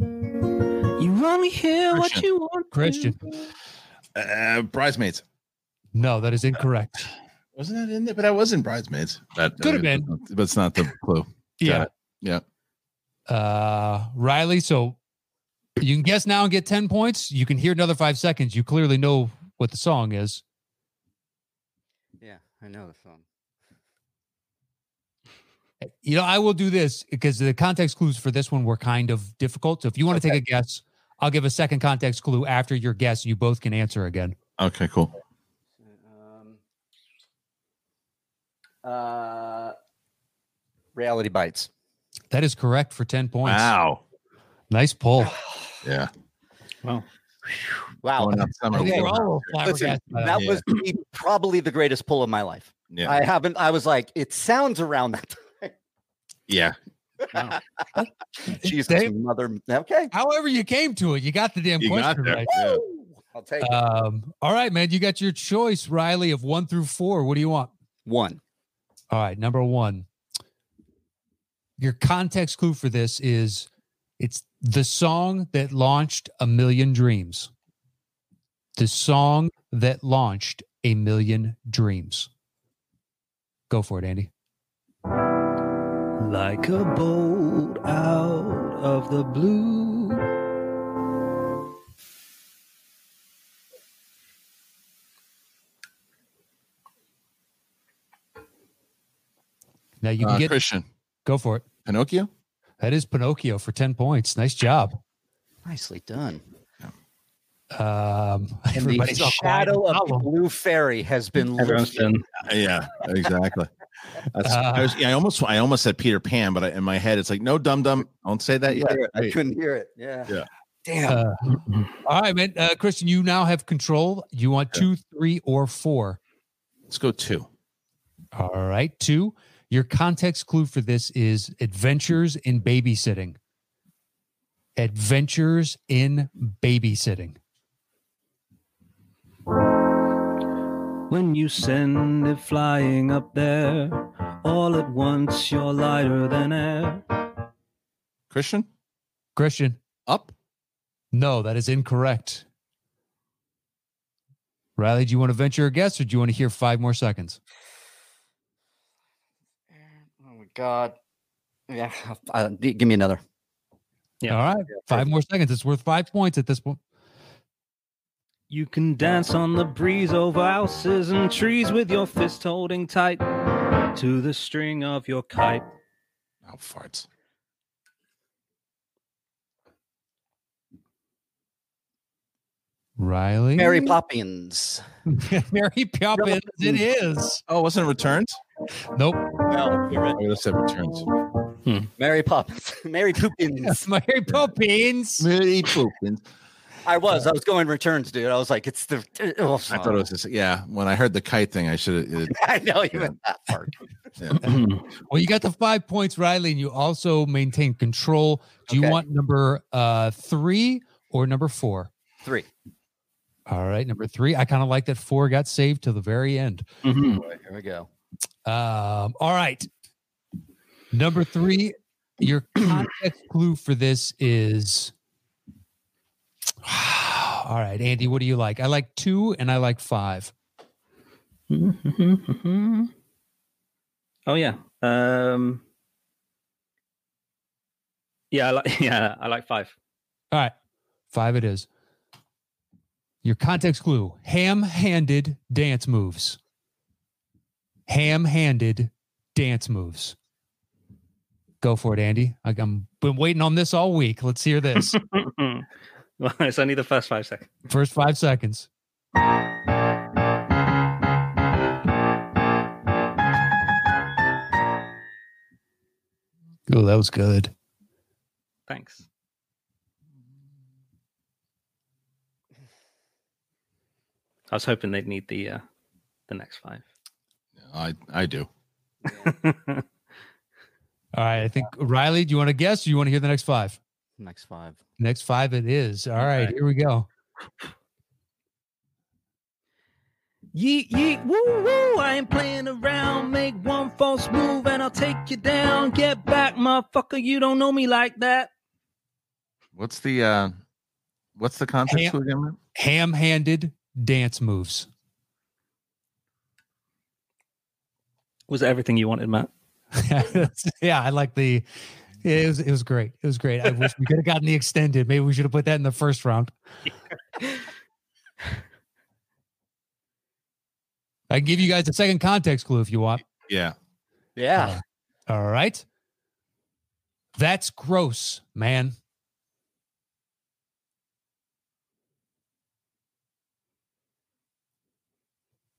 [SPEAKER 6] you only hear what
[SPEAKER 4] Christian.
[SPEAKER 6] you want. to.
[SPEAKER 2] Christian.
[SPEAKER 4] Uh, bridesmaids.
[SPEAKER 2] No, that is incorrect.
[SPEAKER 4] Wasn't that in there? But I was in bridesmaids. That uh,
[SPEAKER 2] Could have been.
[SPEAKER 4] But it's not the clue.
[SPEAKER 2] Yeah.
[SPEAKER 4] it. Yeah.
[SPEAKER 2] Uh, Riley, so you can guess now and get 10 points. You can hear another five seconds. You clearly know what the song is.
[SPEAKER 5] Yeah, I know the song.
[SPEAKER 2] You know, I will do this because the context clues for this one were kind of difficult. So if you want to take a guess, I'll give a second context clue after your guess. You both can answer again.
[SPEAKER 4] Okay. Cool.
[SPEAKER 5] Um, uh, reality bites.
[SPEAKER 2] That is correct for 10 points.
[SPEAKER 4] Wow.
[SPEAKER 2] Nice pull.
[SPEAKER 4] Yeah.
[SPEAKER 3] Well,
[SPEAKER 5] Wow.
[SPEAKER 4] Going up summer.
[SPEAKER 2] I think we're all
[SPEAKER 5] Listen,
[SPEAKER 2] flabbergasted by that.
[SPEAKER 5] that was the, probably the greatest pull of my life.
[SPEAKER 4] Yeah.
[SPEAKER 5] I haven't. I was like, it sounds around that.
[SPEAKER 4] yeah.
[SPEAKER 5] Jesus,
[SPEAKER 2] Dave?
[SPEAKER 5] mother. Okay.
[SPEAKER 2] However, you came to it, you got the damn
[SPEAKER 4] You got
[SPEAKER 2] question
[SPEAKER 4] there.
[SPEAKER 2] right.
[SPEAKER 4] Yeah.
[SPEAKER 5] Woo! I'll take it.
[SPEAKER 2] Um, all right, man, you got your choice, Riley, of one through four. What do you want?
[SPEAKER 5] one.
[SPEAKER 2] All right, number one. Your context clue for this is it's the song that launched A Million Dreams. The song that launched A Million Dreams. Go for it, Andy.
[SPEAKER 6] Like a bolt out of the blue.
[SPEAKER 2] Now you can
[SPEAKER 4] Uh,
[SPEAKER 2] get
[SPEAKER 4] Christian.
[SPEAKER 2] go for it.
[SPEAKER 4] Pinocchio.
[SPEAKER 2] That is Pinocchio for 10 points. Nice job.
[SPEAKER 5] Nicely done.
[SPEAKER 2] Um
[SPEAKER 5] And the
[SPEAKER 2] everybody's all quiet
[SPEAKER 5] shadow
[SPEAKER 2] on
[SPEAKER 5] of
[SPEAKER 2] the
[SPEAKER 5] the
[SPEAKER 2] album.
[SPEAKER 5] blue fairy has been
[SPEAKER 3] everyone's
[SPEAKER 5] lifted.
[SPEAKER 3] been
[SPEAKER 4] Yeah. Exactly. That's,
[SPEAKER 2] Uh,
[SPEAKER 4] I, was, yeah, I almost I almost said Peter Pan, but I, in my head it's like no dum dum. Don't say that yet.
[SPEAKER 5] I
[SPEAKER 4] Wait.
[SPEAKER 5] couldn't hear it. Yeah.
[SPEAKER 4] Yeah.
[SPEAKER 5] Damn.
[SPEAKER 2] Uh, all right, man. Uh, Christian, you now have control. You want two, three, or four.
[SPEAKER 4] Let's go two.
[SPEAKER 2] All right. Two, your context clue for this is adventures in babysitting. Adventures in babysitting.
[SPEAKER 6] When you send it flying up there, all at once you're lighter than air.
[SPEAKER 4] Christian
[SPEAKER 2] Christian,
[SPEAKER 4] up.
[SPEAKER 2] no, that is incorrect. Riley, do you want to venture a guess or do you want to hear five more seconds?
[SPEAKER 5] oh my god. Yeah. Uh, d- give me another.
[SPEAKER 3] Yeah.
[SPEAKER 2] All right. Five more seconds. It's worth five points at this point.
[SPEAKER 6] You can dance on the breeze over houses and trees with your fist holding tight to the string of your kite.
[SPEAKER 4] Oh farts.
[SPEAKER 2] Riley.
[SPEAKER 5] Mary Poppins.
[SPEAKER 2] Mary Poppins. It is.
[SPEAKER 4] Oh, wasn't it returns?
[SPEAKER 2] Nope.
[SPEAKER 4] I would have said returns.
[SPEAKER 5] Mary Poppins. Mary Poppins.
[SPEAKER 2] Mary Poppins.
[SPEAKER 4] Mary Poppins.
[SPEAKER 5] I was. I was going returns, dude. I was like, it's the. oh,
[SPEAKER 4] I thought it was just, yeah. When I heard the kite thing, I should have.
[SPEAKER 5] I know you went that far.
[SPEAKER 2] Well, you got the five points, Riley, and you also maintain control. Do you
[SPEAKER 5] Okay.
[SPEAKER 2] want number uh, three or number four?
[SPEAKER 5] Three.
[SPEAKER 2] All right, number three. I kind of like that four got saved to the very end.
[SPEAKER 3] Mhm.
[SPEAKER 5] Boy, here we go.
[SPEAKER 2] Um, all right. Number three, your context clue for this is All right, Andy, what do you like? I like two and I like five.
[SPEAKER 3] Oh yeah. Um Yeah, I like yeah, I like five.
[SPEAKER 2] All right, five it is. Your context clue ham handed dance moves. Ham handed dance moves. Go for it, Andy. I- I'm been waiting on this all week. Let's hear this.
[SPEAKER 3] well, it's only the first five seconds.
[SPEAKER 2] First five seconds. Oh, that was good.
[SPEAKER 3] Thanks. I was hoping they'd need the uh the next five.
[SPEAKER 4] I I do.
[SPEAKER 2] All right. I think Riley, do you want to guess? Or you want to hear the next five?
[SPEAKER 5] Next five.
[SPEAKER 2] Next five it is. All right,
[SPEAKER 3] Okay.
[SPEAKER 2] here we go.
[SPEAKER 6] Yeet, yeet, woo, woo. I ain't playing around. Make one false move and I'll take you down. Get back, motherfucker. You don't know me like that.
[SPEAKER 4] What's the uh what's the context
[SPEAKER 2] Ham-
[SPEAKER 4] clue again? man?
[SPEAKER 2] Ham handed dance moves.
[SPEAKER 3] Was it everything you wanted, Matt?
[SPEAKER 2] yeah, I like the yeah, it was it was great. It was great. I wish we could have gotten the extended. Maybe we should have put that in the first round. I can give you guys a second context clue if you want.
[SPEAKER 4] Yeah.
[SPEAKER 5] Yeah.
[SPEAKER 2] All right. That's gross, man.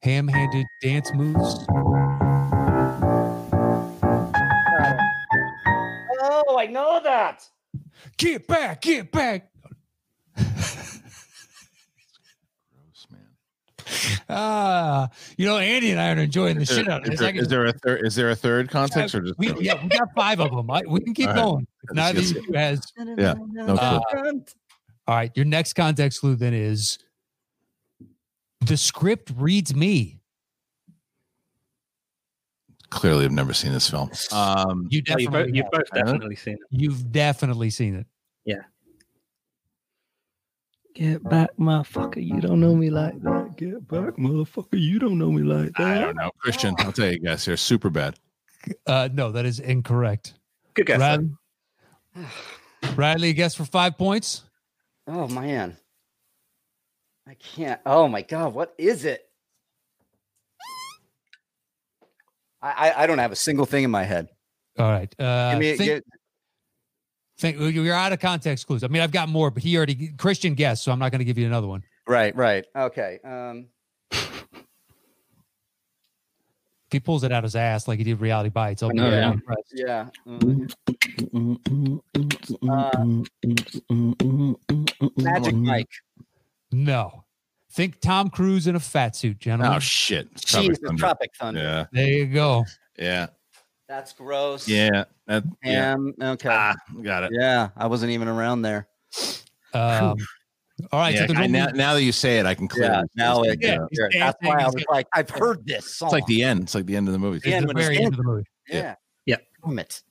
[SPEAKER 2] Ham handed dance moves.
[SPEAKER 7] Oh, I know that.
[SPEAKER 2] Get back, get back.
[SPEAKER 4] Gross, man.
[SPEAKER 2] Ah, you know, Andy and I are enjoying the
[SPEAKER 4] Is
[SPEAKER 2] shit out of
[SPEAKER 4] there, is
[SPEAKER 2] this.
[SPEAKER 4] there-
[SPEAKER 2] I can-
[SPEAKER 4] is there a third is there a third context or just
[SPEAKER 2] we, yeah, we got five of them. I, we can keep
[SPEAKER 4] All right.
[SPEAKER 2] going. Neither of
[SPEAKER 4] Let's-
[SPEAKER 2] you has.
[SPEAKER 4] no clue.
[SPEAKER 2] Uh, all right, your next context clue then is the script reads me.
[SPEAKER 4] clearly I've never seen this film. Um
[SPEAKER 2] You
[SPEAKER 3] Oh, you've both,
[SPEAKER 2] definitely,
[SPEAKER 3] you've both
[SPEAKER 4] I know.
[SPEAKER 3] definitely seen it.
[SPEAKER 2] you've definitely seen it.
[SPEAKER 6] Get back, motherfucker. You don't know me like that. Get back, motherfucker. You don't know me like
[SPEAKER 4] I
[SPEAKER 6] that.
[SPEAKER 4] don't know. Christian, I'll tell you guys here, super bad.
[SPEAKER 2] Uh, no, that is incorrect.
[SPEAKER 3] Good guess. though.
[SPEAKER 2] Riley, Riley, you guess for five points.
[SPEAKER 5] Oh man. I can't. Oh my god, what is it? I, I, I don't have a single thing in my head.
[SPEAKER 2] All right. Uh,
[SPEAKER 5] I mean,
[SPEAKER 2] think, think- you're out of context clues. I mean, I've got more, but he already Christian guessed, so I'm not going to give you another one.
[SPEAKER 5] right, right. Okay. Um,
[SPEAKER 2] If he pulls it out his ass like he did Reality Bites, I'll be
[SPEAKER 3] know,
[SPEAKER 2] very
[SPEAKER 3] yeah.
[SPEAKER 2] impressed.
[SPEAKER 5] yeah. um, Mm-hmm. Magic Mike.
[SPEAKER 2] No. Think Tom Cruise in a fat suit, gentlemen.
[SPEAKER 4] Oh shit. It's Tropic
[SPEAKER 5] Jesus,
[SPEAKER 4] Thunder.
[SPEAKER 5] Tropic Thunder.
[SPEAKER 4] Yeah.
[SPEAKER 2] there you go.
[SPEAKER 4] Yeah.
[SPEAKER 5] That's gross.
[SPEAKER 4] Yeah. That, yeah.
[SPEAKER 5] Um, okay.
[SPEAKER 4] Ah, got it.
[SPEAKER 5] Yeah, I wasn't even around there.
[SPEAKER 2] Um, all right.
[SPEAKER 4] Yeah,
[SPEAKER 2] so there's
[SPEAKER 4] I-
[SPEAKER 2] only-
[SPEAKER 4] now, now that you say it, I can clearly.
[SPEAKER 5] Yeah, now
[SPEAKER 4] it's,
[SPEAKER 5] it,
[SPEAKER 2] yeah,
[SPEAKER 5] yeah,
[SPEAKER 2] he's
[SPEAKER 5] yeah, that's why I
[SPEAKER 2] dancing,
[SPEAKER 5] was
[SPEAKER 2] he's
[SPEAKER 5] like, I've heard this song.
[SPEAKER 4] like the end. It's like the end of the movie.
[SPEAKER 2] there's
[SPEAKER 5] Yeah,
[SPEAKER 2] the
[SPEAKER 5] when
[SPEAKER 2] very
[SPEAKER 5] it's
[SPEAKER 2] end of the movie.
[SPEAKER 5] yeah,
[SPEAKER 3] Yeah.
[SPEAKER 5] Damn it.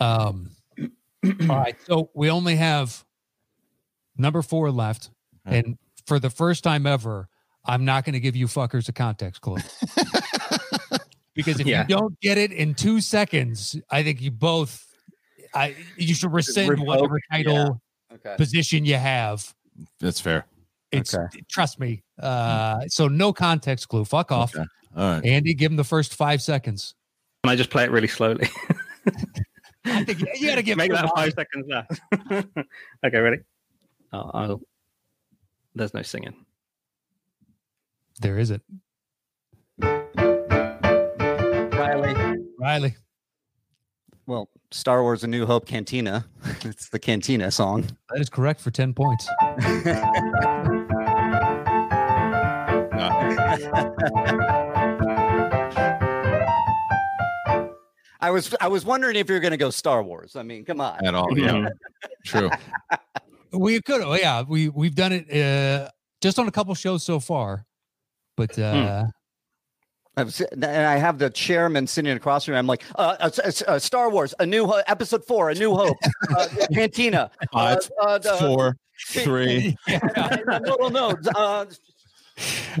[SPEAKER 2] Um, all right. So we only have number four left.
[SPEAKER 4] Okay.
[SPEAKER 2] And for the first time ever, I'm not going to give you fuckers a context clue. because if
[SPEAKER 3] Yeah.
[SPEAKER 2] you don't get it in two seconds, I think you both, I you should rescind
[SPEAKER 5] Revoke,
[SPEAKER 2] whatever title
[SPEAKER 5] Okay.
[SPEAKER 2] position you have.
[SPEAKER 4] That's fair.
[SPEAKER 2] It's trust me. Uh, so no context clue. Fuck off,
[SPEAKER 4] Okay. All right.
[SPEAKER 2] Andy. Give him the first five seconds.
[SPEAKER 3] And I just play it really slowly.
[SPEAKER 2] I think you, you got to give
[SPEAKER 3] Make
[SPEAKER 2] him
[SPEAKER 3] that
[SPEAKER 2] a-
[SPEAKER 3] five seconds left. okay, ready? Oh, I'll, there's no singing.
[SPEAKER 2] There is it,
[SPEAKER 5] Riley.
[SPEAKER 2] Riley.
[SPEAKER 5] Well, Star Wars: A New Hope Cantina. it's the Cantina song.
[SPEAKER 2] That is correct for ten points.
[SPEAKER 5] I was I was wondering if you're going to go Star Wars. I mean, come on.
[SPEAKER 4] At
[SPEAKER 3] Oh,
[SPEAKER 4] all.
[SPEAKER 3] Mm-hmm.
[SPEAKER 4] Yeah. True.
[SPEAKER 2] We could, oh, yeah, we we've done it uh, just on a couple shows so far, but uh,
[SPEAKER 5] I was, and I have the chairman sitting across from me. I'm like, uh, uh, s- uh, Star Wars: A New Ho- Episode Four: A New Hope, uh, Cantina.
[SPEAKER 4] Five,
[SPEAKER 5] uh, uh, the-
[SPEAKER 4] Four, three.
[SPEAKER 2] Yeah.
[SPEAKER 5] no, no, no. Uh,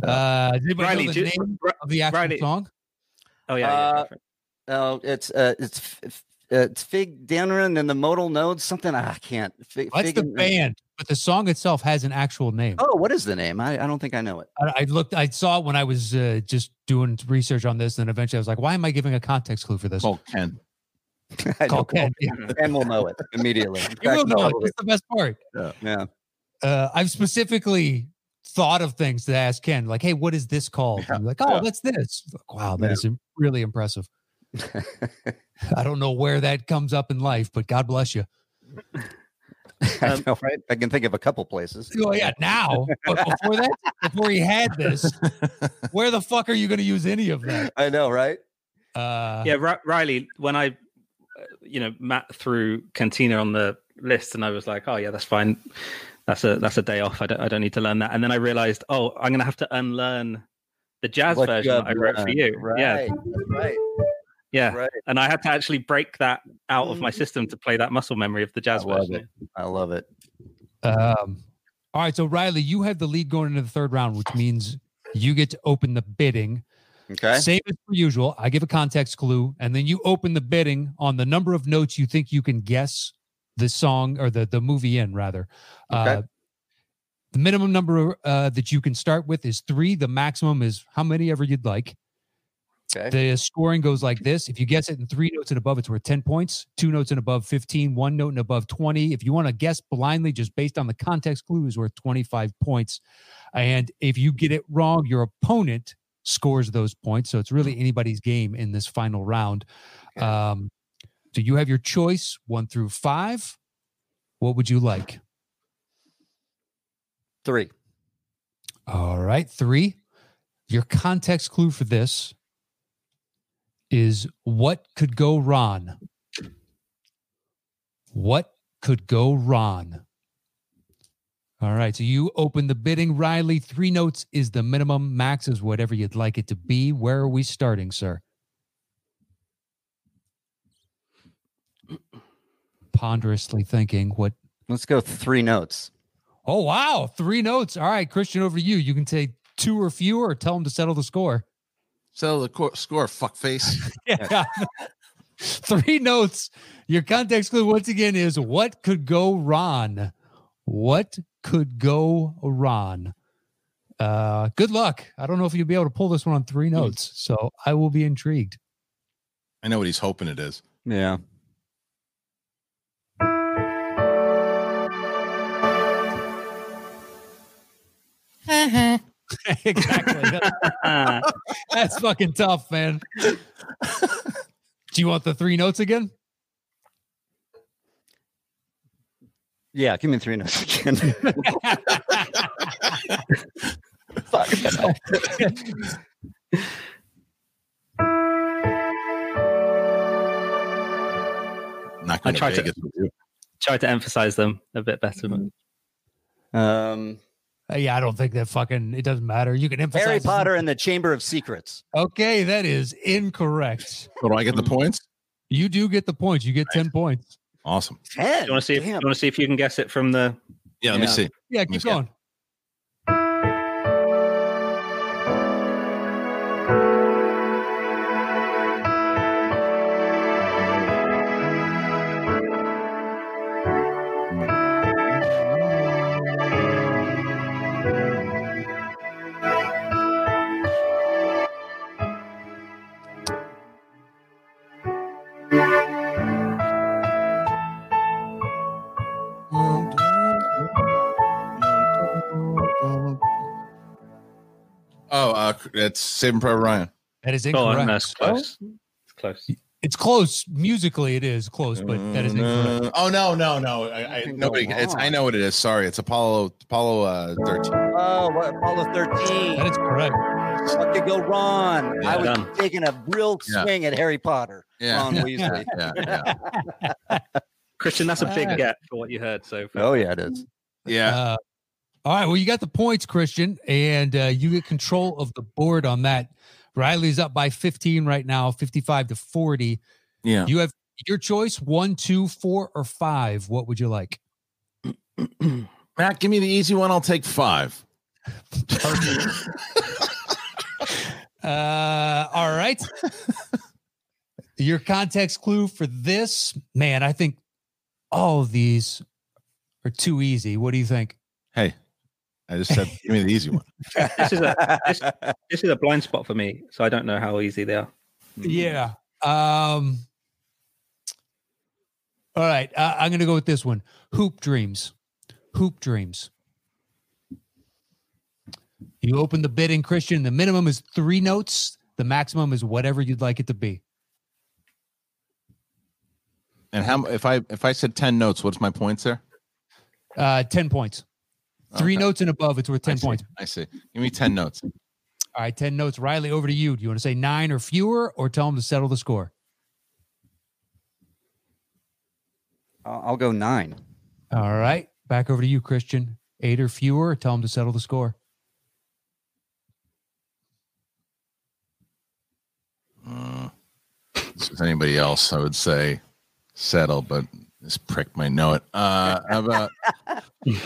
[SPEAKER 2] Uh, does anybody
[SPEAKER 3] Riley,
[SPEAKER 2] know the
[SPEAKER 3] do-
[SPEAKER 2] name
[SPEAKER 3] Ri-
[SPEAKER 2] of the actual
[SPEAKER 3] Riley-
[SPEAKER 2] song?
[SPEAKER 3] Oh yeah, yeah,
[SPEAKER 5] Uh,
[SPEAKER 3] yeah, different.
[SPEAKER 5] no, it's uh, it's f- f- uh, it's Fig Danron and the modal nodes. Something ah, I can't. Fig,
[SPEAKER 2] That's
[SPEAKER 5] Fig
[SPEAKER 2] the
[SPEAKER 5] and-
[SPEAKER 2] band, but the song itself has an actual name.
[SPEAKER 5] Oh, what is the name? I, I don't think I know it.
[SPEAKER 2] I, I looked, I saw it when I was uh, just doing research on this, and eventually I was like, "Why am I giving a context clue for this?"
[SPEAKER 4] Call Ken.
[SPEAKER 5] I
[SPEAKER 2] Call
[SPEAKER 5] know-
[SPEAKER 2] Ken. Yeah.
[SPEAKER 5] Ken will know it immediately. In
[SPEAKER 2] You will
[SPEAKER 5] fact,
[SPEAKER 2] know. it.
[SPEAKER 5] probably.
[SPEAKER 2] That's the best part.
[SPEAKER 5] Yeah.
[SPEAKER 2] Uh, I've specifically thought of things to ask Ken, like, "Hey, what is this called?" And like, "Oh,
[SPEAKER 4] yeah.
[SPEAKER 2] that's this." Like, wow, that
[SPEAKER 5] Yeah.
[SPEAKER 2] is im- really impressive. I don't know where that comes up in life, but God bless you.
[SPEAKER 5] I
[SPEAKER 3] Um,
[SPEAKER 5] know, right? I can think of a couple places.
[SPEAKER 2] Oh yeah, now, but before that, before he had this, where the fuck are you going to use any of that?
[SPEAKER 5] I know, right?
[SPEAKER 2] Uh,
[SPEAKER 3] yeah, Ri- Riley, when I, uh, you know, Matt threw Cantina on the list, and I was like, oh yeah, that's fine. That's a that's a day off. I don't I don't need to learn that. And then I realized, oh, I'm gonna have to unlearn the jazz
[SPEAKER 5] What
[SPEAKER 3] version that I
[SPEAKER 5] you
[SPEAKER 3] wrote for
[SPEAKER 5] learned.
[SPEAKER 3] you.
[SPEAKER 5] uh, Right.
[SPEAKER 3] Yeah,
[SPEAKER 5] that's Right.
[SPEAKER 3] yeah.
[SPEAKER 5] Right.
[SPEAKER 3] And I had to actually break that out of my system to play that muscle memory of the jazz
[SPEAKER 5] I love
[SPEAKER 3] version.
[SPEAKER 5] I love it.
[SPEAKER 2] Um, all right, so Riley, you have the lead going into the third round, which means you get to open the bidding.
[SPEAKER 5] Okay.
[SPEAKER 2] Same as per usual. I give a context clue, and then you open the bidding on the number of notes you think you can guess the song or the the movie in rather.
[SPEAKER 5] Okay.
[SPEAKER 2] Uh, the minimum number uh, that you can start with is three. The maximum is how many ever you'd like.
[SPEAKER 5] Okay.
[SPEAKER 2] The scoring goes like this. If you guess it in three notes and above, it's worth 10 points. Two notes and above, 15. One note and above, 20. If you want to guess blindly, just based on the context clue, is worth 25 points. And if you get it wrong, your opponent scores those points. So it's really anybody's game in this final round.
[SPEAKER 5] Okay.
[SPEAKER 2] Um, so you have your choice one through five. What would you like?
[SPEAKER 5] Three.
[SPEAKER 2] All right. Three, your context clue for this is what could go wrong? What could go wrong? All right. So you open the bidding, Riley. Three notes is the minimum. Max is whatever you'd like it to be. Where are we starting, sir? Ponderously thinking, what
[SPEAKER 5] Let's go three notes.
[SPEAKER 2] Oh wow, three notes. All right, Christian, over to you. You can say two or fewer, or tell them to settle the score.
[SPEAKER 4] Settle the cor- score, fuckface.
[SPEAKER 2] Yeah. three notes. Your context clue once again is what could go wrong. What could go wrong? Uh, good luck. I don't know if you'll be able to pull this one on three
[SPEAKER 5] Hmm.
[SPEAKER 2] notes, so I will be intrigued.
[SPEAKER 4] I know what he's hoping it is.
[SPEAKER 5] Yeah.
[SPEAKER 2] exactly. That's,
[SPEAKER 3] Ah,
[SPEAKER 2] that's fucking tough, man. Do you want the three notes again?
[SPEAKER 5] Yeah. Give me three notes again. Fuck.
[SPEAKER 4] Not going
[SPEAKER 3] I tried to-
[SPEAKER 4] Vegas with you.
[SPEAKER 3] try to emphasize them a bit better. but-
[SPEAKER 5] Um,
[SPEAKER 2] Uh, Yeah, I don't think that fucking it doesn't matter. You can emphasize
[SPEAKER 5] Harry
[SPEAKER 2] as
[SPEAKER 5] Potter and the Chamber of Secrets.
[SPEAKER 2] much- Okay, that is incorrect.
[SPEAKER 4] So do I get the points?
[SPEAKER 2] You do get the points. You get ten points.
[SPEAKER 4] Awesome.
[SPEAKER 5] Ten.
[SPEAKER 3] You want to see? If, you
[SPEAKER 5] Damn.
[SPEAKER 3] want to see if you can guess it from the?
[SPEAKER 4] Yeah, let me
[SPEAKER 5] Yeah.
[SPEAKER 4] see.
[SPEAKER 2] Yeah, keep
[SPEAKER 4] Yeah.
[SPEAKER 2] going.
[SPEAKER 4] Oh, uh, it's Saving Private Ryan.
[SPEAKER 2] That is
[SPEAKER 3] Oh,
[SPEAKER 2] incorrect.
[SPEAKER 3] no, it's close. It's close.
[SPEAKER 2] It's close musically. It is close, but that is incorrect.
[SPEAKER 4] Uh, oh no, no, no! I, I,
[SPEAKER 5] can
[SPEAKER 4] nobody.
[SPEAKER 5] go
[SPEAKER 4] It's, I
[SPEAKER 5] wrong.
[SPEAKER 4] know what it is. Sorry, it's Apollo. Apollo uh, thirteen.
[SPEAKER 5] Oh, what, Apollo 13.
[SPEAKER 2] That is correct.
[SPEAKER 5] What could go wrong?
[SPEAKER 4] Yeah.
[SPEAKER 5] I was
[SPEAKER 3] Done.
[SPEAKER 5] taking a real
[SPEAKER 4] Yeah.
[SPEAKER 5] swing at Harry Potter. Um,
[SPEAKER 4] Yeah,
[SPEAKER 5] Ron Weasley.
[SPEAKER 4] yeah, yeah.
[SPEAKER 3] Christian, that's a big
[SPEAKER 2] Ah.
[SPEAKER 3] get for what you heard. So far.
[SPEAKER 5] Oh, yeah, it is.
[SPEAKER 4] yeah.
[SPEAKER 2] Uh, all right. Well, you got the points, Christian, and uh, you get control of the board on that. Riley's up by 15 right now, 55 to 40.
[SPEAKER 4] yeah.
[SPEAKER 2] You have your choice one, two, four, or five. What would you like?
[SPEAKER 4] Matt, give me the easy one. I'll take five.
[SPEAKER 2] Uh, all right. Your context clue for this, man, I think all of these are too easy. What do you think?
[SPEAKER 4] Hey, I just said, give me the easy one.
[SPEAKER 3] This is a this is a blind spot for me, so I don't know how easy they are.
[SPEAKER 4] Mm-hmm.
[SPEAKER 2] Yeah. Um, all right. Uh, I'm going to go with this one Hoop Dreams. Hoop Dreams. You open the bid in Christian. The minimum is three notes, the maximum is whatever you'd like it to be.
[SPEAKER 4] And how if I if I said ten notes, what's my points there?
[SPEAKER 2] Uh, 10 points. Three
[SPEAKER 4] Okay.
[SPEAKER 2] notes and above, it's worth 10
[SPEAKER 4] I see.
[SPEAKER 2] points.
[SPEAKER 4] I see. Give me ten notes.
[SPEAKER 2] All right, 10 notes. Riley, over to you. Do you want to say nine or fewer or tell them to settle the score?
[SPEAKER 5] I'll, I'll go nine.
[SPEAKER 2] All right, back over to you, Christian. Eight or fewer, tell them to settle the score.
[SPEAKER 4] Uh, if there's anybody else, I would say settle, but this prick might know it. Uh, how about
[SPEAKER 2] He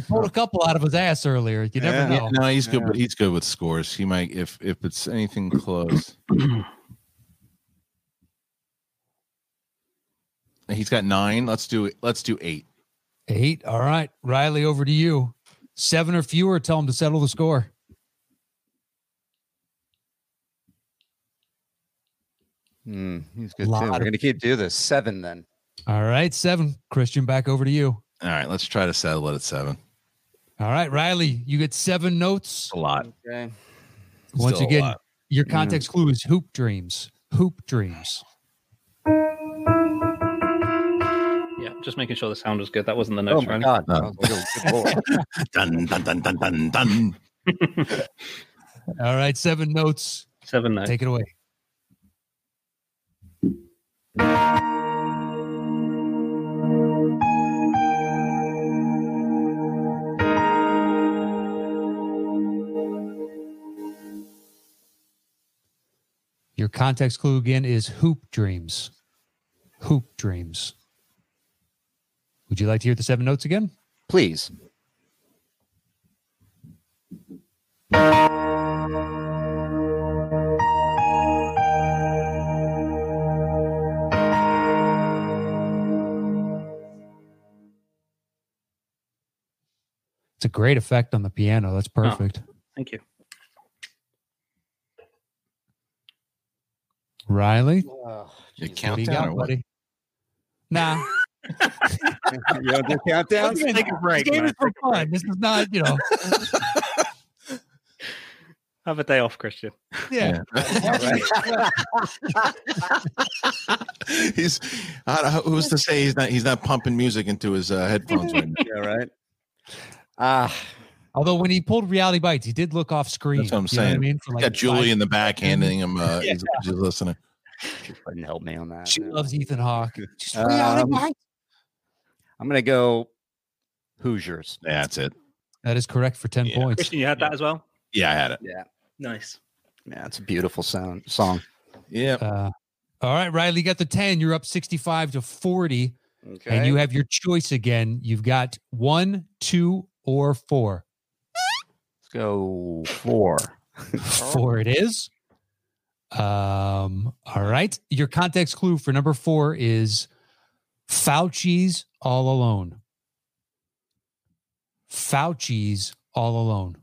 [SPEAKER 2] pulled a couple out of his ass earlier. You never
[SPEAKER 4] Yeah,
[SPEAKER 2] know.
[SPEAKER 4] No, he's good, but he's good with scores. He might if if it's anything close. he's got nine. Let's do let's do eight.
[SPEAKER 2] Eight. All right, Riley, over to you. Seven or fewer, tell them to settle the score.
[SPEAKER 5] Hmm, he's good too.
[SPEAKER 2] Lot
[SPEAKER 5] We're
[SPEAKER 2] of-
[SPEAKER 5] gonna keep do this. Seven then.
[SPEAKER 2] All right, seven. Christian, back over to you.
[SPEAKER 4] All right, let's try to settle it at seven.
[SPEAKER 2] All right, Riley, you get seven notes.
[SPEAKER 4] It's a lot.
[SPEAKER 5] Okay.
[SPEAKER 2] Once
[SPEAKER 4] Still a
[SPEAKER 2] again,
[SPEAKER 4] lot. Mm.
[SPEAKER 2] your context clue is hoop dreams. Hoop dreams.
[SPEAKER 3] Yeah, just making sure the sound was good. That wasn't the
[SPEAKER 5] Oh
[SPEAKER 3] notes.
[SPEAKER 5] my
[SPEAKER 3] right?
[SPEAKER 5] god.
[SPEAKER 4] No.
[SPEAKER 5] That was a good- good lord.
[SPEAKER 4] Dun dun dun dun dun dun.
[SPEAKER 2] All right, seven notes.
[SPEAKER 3] Seven notes.
[SPEAKER 2] Take it away. Your context clue again is hoop dreams. Hoop dreams. Would you like to hear the seven notes again?
[SPEAKER 5] Please.
[SPEAKER 2] It's a great effect on the piano. That's perfect.
[SPEAKER 3] Thank you.
[SPEAKER 2] Riley,
[SPEAKER 5] Oh,
[SPEAKER 4] You
[SPEAKER 2] what do you
[SPEAKER 4] countdown
[SPEAKER 2] got,
[SPEAKER 4] or what?
[SPEAKER 2] buddy? Nah.
[SPEAKER 5] you don't do countdowns?
[SPEAKER 2] Let's
[SPEAKER 3] take a break,
[SPEAKER 2] This game
[SPEAKER 3] man.
[SPEAKER 2] is for fun. This is not, you know.
[SPEAKER 3] Have a day off, Christian.
[SPEAKER 2] Yeah.
[SPEAKER 4] he's I don't, who's to say he's not he's not pumping music into his uh, headphones right now.
[SPEAKER 5] yeah, right. Ah,
[SPEAKER 2] Although when he pulled Reality Bites, he did look off screen.
[SPEAKER 4] That's what I'm
[SPEAKER 2] You know I
[SPEAKER 4] saying.
[SPEAKER 2] mean, for
[SPEAKER 4] He's
[SPEAKER 2] like
[SPEAKER 4] got Julie
[SPEAKER 2] five-
[SPEAKER 4] in the back handing him. Uh, he's, he's listening.
[SPEAKER 5] she couldn't help me on that.
[SPEAKER 2] She
[SPEAKER 5] no.
[SPEAKER 2] loves Ethan Hawke. She's
[SPEAKER 5] Um,
[SPEAKER 2] Reality Bites.
[SPEAKER 5] I'm gonna go Hoosiers.
[SPEAKER 4] That's it.
[SPEAKER 2] That is correct for ten
[SPEAKER 4] Yeah.
[SPEAKER 2] points.
[SPEAKER 3] Christian, you had that as well.
[SPEAKER 4] Yeah, I had it.
[SPEAKER 5] Yeah.
[SPEAKER 3] Nice.
[SPEAKER 5] Yeah, it's a beautiful sound song.
[SPEAKER 4] Yeah.
[SPEAKER 2] Uh, all right, Riley, you got the ten. You're up sixty-five to forty,
[SPEAKER 5] Okay.
[SPEAKER 2] and you have your choice again. You've got one, two, or four.
[SPEAKER 5] Let's go four.
[SPEAKER 2] Four it is. Um. All right. Your context clue for number four is Fauci's all alone. Fauci's all alone.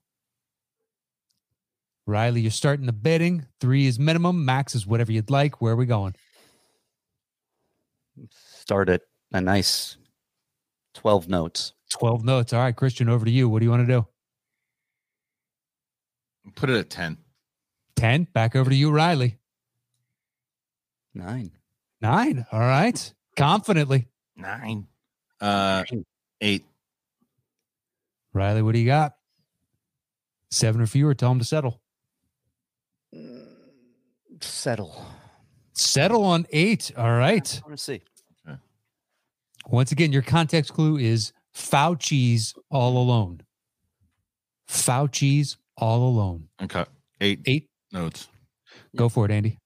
[SPEAKER 2] Riley, you're starting the betting. Three is minimum. Max is whatever you'd like. Where are we going?
[SPEAKER 5] Start at a nice twelve notes.
[SPEAKER 2] 12 notes. All right, Christian, over to you. What do you want to do?
[SPEAKER 4] Put it at ten.
[SPEAKER 2] 10. Back over to you, Riley.
[SPEAKER 5] Nine.
[SPEAKER 2] Nine. All right. Confidently.
[SPEAKER 4] Nine. Uh, eight.
[SPEAKER 2] Riley, what do you got? Seven or fewer. Tell them to settle.
[SPEAKER 5] Settle.
[SPEAKER 2] Settle on eight. All right.
[SPEAKER 5] I want to see.
[SPEAKER 2] Once again, your context clue is Fauci's all alone. Fauci's all alone.
[SPEAKER 4] Okay. Eight.
[SPEAKER 2] Eight.
[SPEAKER 4] notes.
[SPEAKER 2] Go for it, Andy.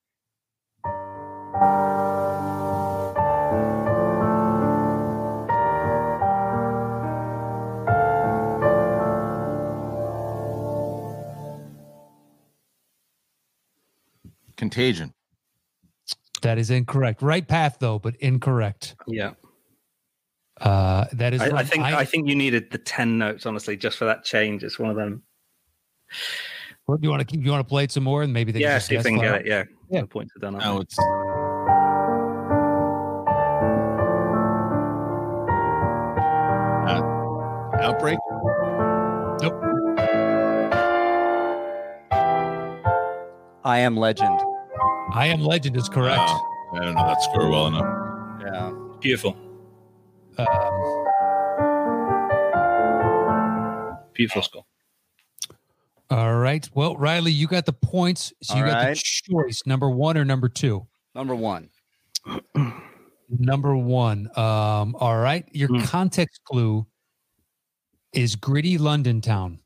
[SPEAKER 4] Contagion.
[SPEAKER 2] That is incorrect. Right path though, but incorrect.
[SPEAKER 3] Yeah,
[SPEAKER 2] Uh, that is.
[SPEAKER 3] I, I
[SPEAKER 2] right.
[SPEAKER 3] think I, think you needed the ten notes honestly just for that change. It's one of them.
[SPEAKER 2] Well, you want to keep. You want to play it some more, and maybe they
[SPEAKER 3] yeah,
[SPEAKER 2] Just
[SPEAKER 3] see if they can
[SPEAKER 2] guess
[SPEAKER 3] get
[SPEAKER 2] what-
[SPEAKER 3] it. Yeah,
[SPEAKER 2] Yeah.
[SPEAKER 3] the points are done. aren't
[SPEAKER 4] Now it's Uh, outbreak.
[SPEAKER 5] I am legend.
[SPEAKER 2] I am Legend is correct.
[SPEAKER 8] Wow. I don't know that score well enough.
[SPEAKER 5] Yeah.
[SPEAKER 3] they? Beautiful,
[SPEAKER 2] Um,
[SPEAKER 3] beautiful score.
[SPEAKER 2] all right. Well, Riley, you got the points. So you
[SPEAKER 5] All
[SPEAKER 2] got
[SPEAKER 5] right.
[SPEAKER 2] the choice: number one or number two.
[SPEAKER 5] Number one.
[SPEAKER 2] Number one. Um, all right. Your
[SPEAKER 3] Hmm.
[SPEAKER 2] context clue is gritty London town.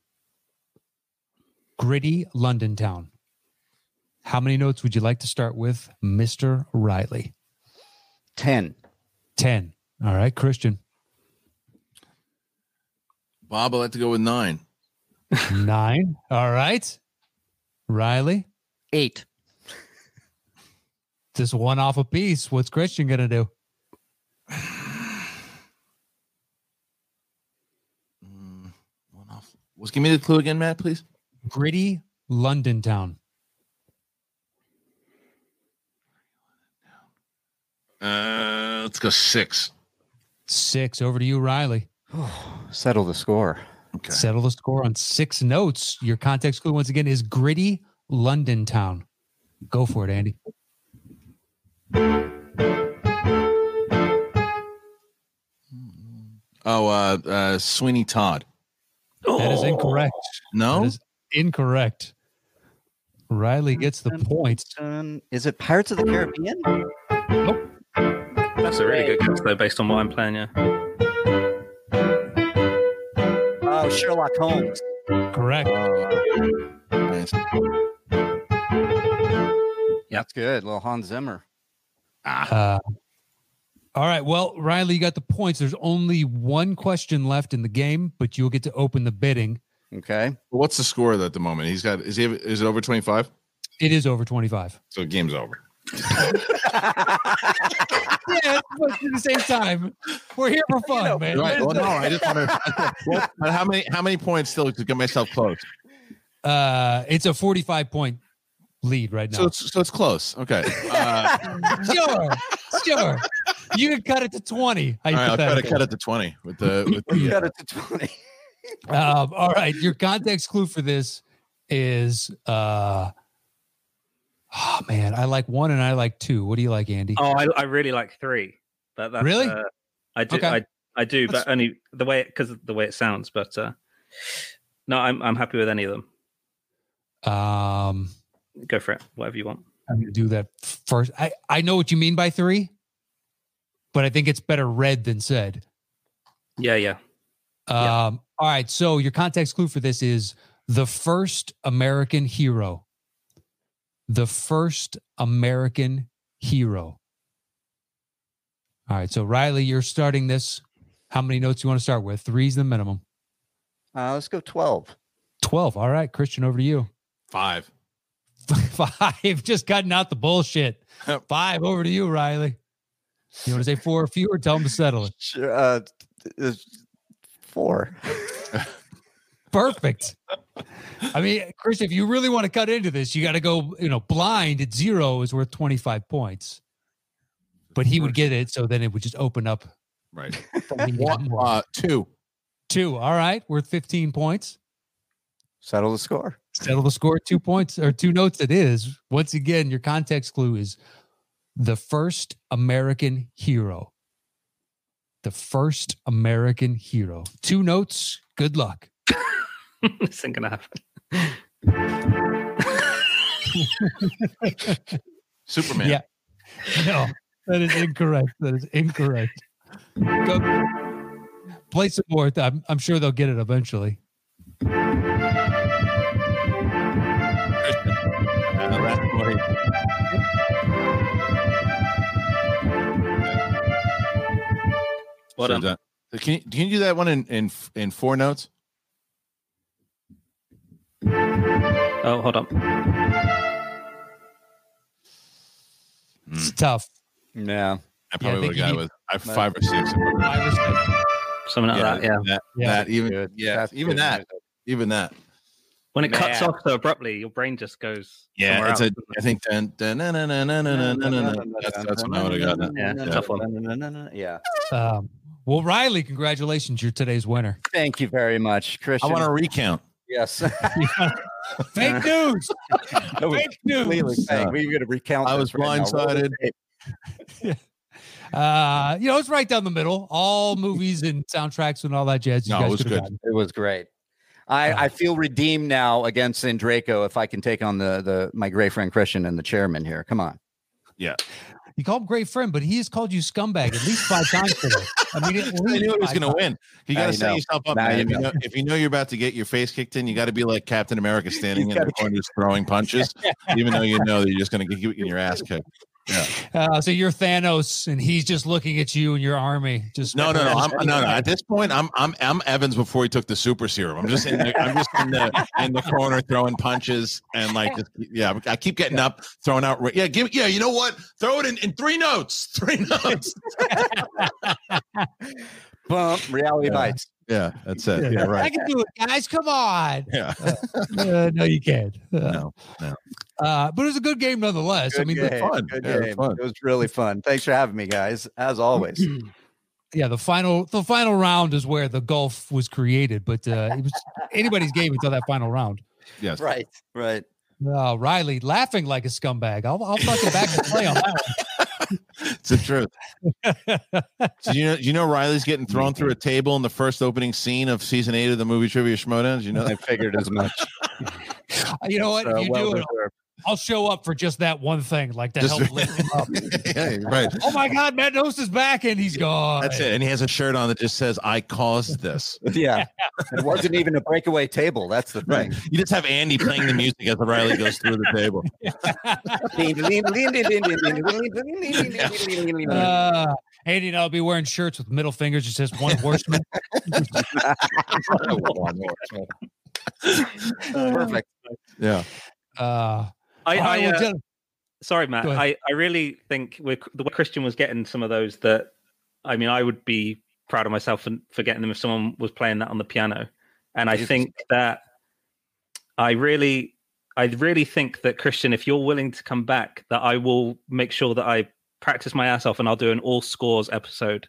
[SPEAKER 2] Gritty London town. How many notes would you like to start with, Mr. Riley?
[SPEAKER 5] 10.
[SPEAKER 2] 10. All right, Christian.
[SPEAKER 4] Bob, I'll have to go with nine.
[SPEAKER 2] Nine. All right. Riley,
[SPEAKER 5] Eight.
[SPEAKER 2] just one off a piece. What's Christian going to do?
[SPEAKER 4] Mm, one off. Was give me the clue again, Matt, please.
[SPEAKER 2] Gritty London town.
[SPEAKER 4] Uh, let's go six.
[SPEAKER 2] Six. Over to you, Riley.
[SPEAKER 5] Settle the score.
[SPEAKER 4] Okay.
[SPEAKER 2] Settle the score on six notes. Your context clue, once again, is gritty London town. Go for it, Andy.
[SPEAKER 4] Oh, uh, uh, Sweeney Todd.
[SPEAKER 2] That
[SPEAKER 4] Oh.
[SPEAKER 2] is incorrect.
[SPEAKER 4] No,
[SPEAKER 2] That is incorrect. Riley gets the points.
[SPEAKER 5] Um, is it Pirates of the Caribbean?
[SPEAKER 3] That's a really good guess though, based on what I'm playing. Yeah,
[SPEAKER 5] Oh, Sherlock Holmes.
[SPEAKER 2] Correct.
[SPEAKER 4] Nice.
[SPEAKER 5] That's good. Little Hans Zimmer.
[SPEAKER 4] Ah.
[SPEAKER 2] Uh, all right. Well, Riley, you got the points. There's only one question left in the game, but you'll get to open the bidding.
[SPEAKER 5] Okay.
[SPEAKER 4] What's the score at the moment? He's got. Is he? Is it over twenty five?
[SPEAKER 2] It is over 25.
[SPEAKER 4] So game's over.
[SPEAKER 2] yeah, but at the same time, we're here for fun, man.
[SPEAKER 4] Right. Well, no, I just want to. Well, how many? How many points still to get myself close?
[SPEAKER 2] Uh, it's a 45 point lead right
[SPEAKER 4] So
[SPEAKER 2] now.
[SPEAKER 4] it's so it's close. Okay. Uh,
[SPEAKER 2] sure, sure. You can cut it to 20.
[SPEAKER 4] all right, I'll try to cut it to twenty with the with the. uh,
[SPEAKER 5] Cut it to 20.
[SPEAKER 2] Um, all right, your context clue for this is uh oh man, I like one and I like two. What do you like, Andy?
[SPEAKER 3] Oh, I, I really like three, but that's,
[SPEAKER 2] Really?
[SPEAKER 3] uh, I do,
[SPEAKER 2] Okay.
[SPEAKER 3] I, I do,
[SPEAKER 2] That's-
[SPEAKER 3] but only the way because of the way it sounds. But uh, no, I'm I'm happy with any of them.
[SPEAKER 2] Um
[SPEAKER 3] Go for it, whatever you want.
[SPEAKER 2] I'm gonna do that first. I, I know what you mean by three, but I think it's better read than said.
[SPEAKER 3] Yeah, yeah.
[SPEAKER 2] Um
[SPEAKER 3] Yeah.
[SPEAKER 2] all right, so your context clue for this is the first American hero. The first American hero. All right, so Riley, you're starting this. How many notes you want to start with? Three's the minimum.
[SPEAKER 5] Uh, let's go 12.
[SPEAKER 2] 12. All right, Christian, over to you.
[SPEAKER 4] Five.
[SPEAKER 2] Five, just cutting out the bullshit. Five, over to you, Riley. You want to say four or fewer? Tell them to settle it.
[SPEAKER 5] Sure, uh, th- is- four.
[SPEAKER 2] Perfect. I mean, Christian, if you really want to cut into this, you got to go, you know, blind at zero is worth 25 points. But he would get it. So then it would just open up.
[SPEAKER 4] Right. One,
[SPEAKER 2] One,
[SPEAKER 4] uh, two.
[SPEAKER 2] two. All right, worth 15 points.
[SPEAKER 5] Settle the score.
[SPEAKER 2] Settle the score two points or two notes. It is. Once again, your context clue is the first American hero. The first American hero. Two notes. Good luck.
[SPEAKER 3] this isn't gonna happen.
[SPEAKER 4] Superman.
[SPEAKER 2] Yeah. No, that is incorrect. That is incorrect. Go play some more. I'm, I'm sure they'll get it eventually.
[SPEAKER 4] Uh, last one.
[SPEAKER 3] Well
[SPEAKER 4] So
[SPEAKER 3] done.
[SPEAKER 4] done. Can you, can you do that one in in in four notes?
[SPEAKER 3] Oh, hold on.
[SPEAKER 2] It's
[SPEAKER 4] Mm.
[SPEAKER 2] tough.
[SPEAKER 5] Yeah.
[SPEAKER 4] I
[SPEAKER 2] Yeah, I
[SPEAKER 4] probably
[SPEAKER 2] think
[SPEAKER 4] would
[SPEAKER 2] you
[SPEAKER 4] have
[SPEAKER 2] need-
[SPEAKER 4] gone with I- five or six. if I were-
[SPEAKER 3] Something like that. Yeah.
[SPEAKER 4] That,
[SPEAKER 2] Yeah.
[SPEAKER 4] that even
[SPEAKER 5] Good.
[SPEAKER 4] Mm, yeah,
[SPEAKER 5] That's
[SPEAKER 4] even
[SPEAKER 5] good
[SPEAKER 4] that,
[SPEAKER 5] music.
[SPEAKER 4] even that.
[SPEAKER 3] When it cuts
[SPEAKER 7] Man.
[SPEAKER 3] off so abruptly, your brain just goes.
[SPEAKER 4] Yeah,
[SPEAKER 3] somewhere
[SPEAKER 4] it's
[SPEAKER 3] else.
[SPEAKER 4] a. I think dun, dun, dun, dun, dun, dun, dun, dun, dun, dun. That's, that's when I would have gotten. it.
[SPEAKER 3] Yeah, tough
[SPEAKER 5] one. Yeah.
[SPEAKER 2] Um, well, Riley, congratulations. You're today's winner.
[SPEAKER 5] Thank you very much,
[SPEAKER 4] I
[SPEAKER 5] Christian.
[SPEAKER 4] want to recount.
[SPEAKER 5] yes.
[SPEAKER 2] Fake news.
[SPEAKER 5] That was
[SPEAKER 2] Fake news.
[SPEAKER 5] completely fake. We're going to recount.
[SPEAKER 4] I
[SPEAKER 5] this
[SPEAKER 4] was
[SPEAKER 5] right now. Roll the
[SPEAKER 4] blindsided.
[SPEAKER 5] tape.
[SPEAKER 2] Uh, you know, it's right down the middle. All movies and soundtracks and all that jazz. you
[SPEAKER 4] No, it
[SPEAKER 2] guys
[SPEAKER 4] was
[SPEAKER 2] could've
[SPEAKER 4] good.
[SPEAKER 2] gotten.
[SPEAKER 5] It was great. I,
[SPEAKER 2] Uh,
[SPEAKER 5] I feel redeemed now against Draco if I can take on the the my great friend Christian and the chairman here. Come on.
[SPEAKER 2] You call him great friend, but he has called you scumbag at least five times today. I mean, at
[SPEAKER 4] I
[SPEAKER 2] least
[SPEAKER 4] knew he was
[SPEAKER 2] five
[SPEAKER 4] going to
[SPEAKER 2] times.
[SPEAKER 4] win. You
[SPEAKER 5] Now
[SPEAKER 4] got to
[SPEAKER 5] you
[SPEAKER 4] set
[SPEAKER 5] know.
[SPEAKER 4] yourself up.
[SPEAKER 5] Now
[SPEAKER 4] man.
[SPEAKER 5] you
[SPEAKER 4] if, you know, if you know you're about to get your face kicked in, you got to be like Captain America standing in the corner just throwing punches, even though you know that you're just going to get your ass kicked.
[SPEAKER 2] Uh, so you're Thanos, and he's just looking at you and your army. Just
[SPEAKER 4] No, no, no. I'm no, no. At this point, I'm I'm I'm Evans before he took the super serum. I'm just in the, I'm just in the in the corner throwing punches and like just, yeah. I keep getting up, throwing out. Yeah, give yeah. You know what? Throw it in, in three notes. Three notes.
[SPEAKER 5] Bump reality
[SPEAKER 4] Yeah.
[SPEAKER 5] bites.
[SPEAKER 4] Yeah, that's it. Yeah,
[SPEAKER 2] I
[SPEAKER 4] right.
[SPEAKER 2] can do it, guys. Come on.
[SPEAKER 4] Yeah,
[SPEAKER 2] Uh, no, you can't. Uh,
[SPEAKER 4] No, no.
[SPEAKER 2] Uh, but it was a good game nonetheless. I
[SPEAKER 5] Good
[SPEAKER 2] mean,
[SPEAKER 5] game,
[SPEAKER 4] fun.
[SPEAKER 5] good
[SPEAKER 4] Yeah, it was
[SPEAKER 5] game.
[SPEAKER 4] fun.
[SPEAKER 5] It was really fun. Thanks for having me, guys. As always.
[SPEAKER 2] yeah, the final the final round is where the gulf was created, but uh, it was anybody's game until that final round.
[SPEAKER 4] yes.
[SPEAKER 5] right. Right.
[SPEAKER 2] Oh, Riley laughing like a scumbag. I'll, I'll fucking back and play on that.
[SPEAKER 4] It's the truth. so you know, you know, Riley's getting thrown through a table in the first opening scene of season eight of the movie Trivia Schmodown. You know,
[SPEAKER 5] I figured as much.
[SPEAKER 2] one. You know what?
[SPEAKER 5] So,
[SPEAKER 2] If you
[SPEAKER 5] Uh, well
[SPEAKER 2] do it,
[SPEAKER 5] deserved.
[SPEAKER 2] I'll show up for just that one thing, like to
[SPEAKER 4] Just-
[SPEAKER 2] help lift him up.
[SPEAKER 4] yeah, right.
[SPEAKER 2] Oh my God, Matt Nost is back and he's gone.
[SPEAKER 4] That's it. And he has a shirt on that just says, "I caused this."
[SPEAKER 5] Yeah. it wasn't even a breakaway table. That's the
[SPEAKER 4] Right.
[SPEAKER 5] thing.
[SPEAKER 4] You just have Andy playing the music as Riley goes through the table.
[SPEAKER 2] Uh, Andy and I'll be wearing shirts with middle fingers. It says one horseman.
[SPEAKER 5] Perfect.
[SPEAKER 4] Yeah.
[SPEAKER 2] Uh,
[SPEAKER 3] I,
[SPEAKER 2] all right,
[SPEAKER 3] I,
[SPEAKER 2] well,
[SPEAKER 3] uh,
[SPEAKER 2] Dylan-
[SPEAKER 3] sorry, Matt.
[SPEAKER 2] Go ahead.
[SPEAKER 3] I, I really think we're, the way Christian was getting some of those that, I mean, I would be proud of myself for, for getting them if someone was playing that on the piano. And I
[SPEAKER 5] Jesus.
[SPEAKER 3] think that I really, I really think that Christian, if you're willing to come back, that I will make sure that I practice my ass off and I'll do an all scores episode.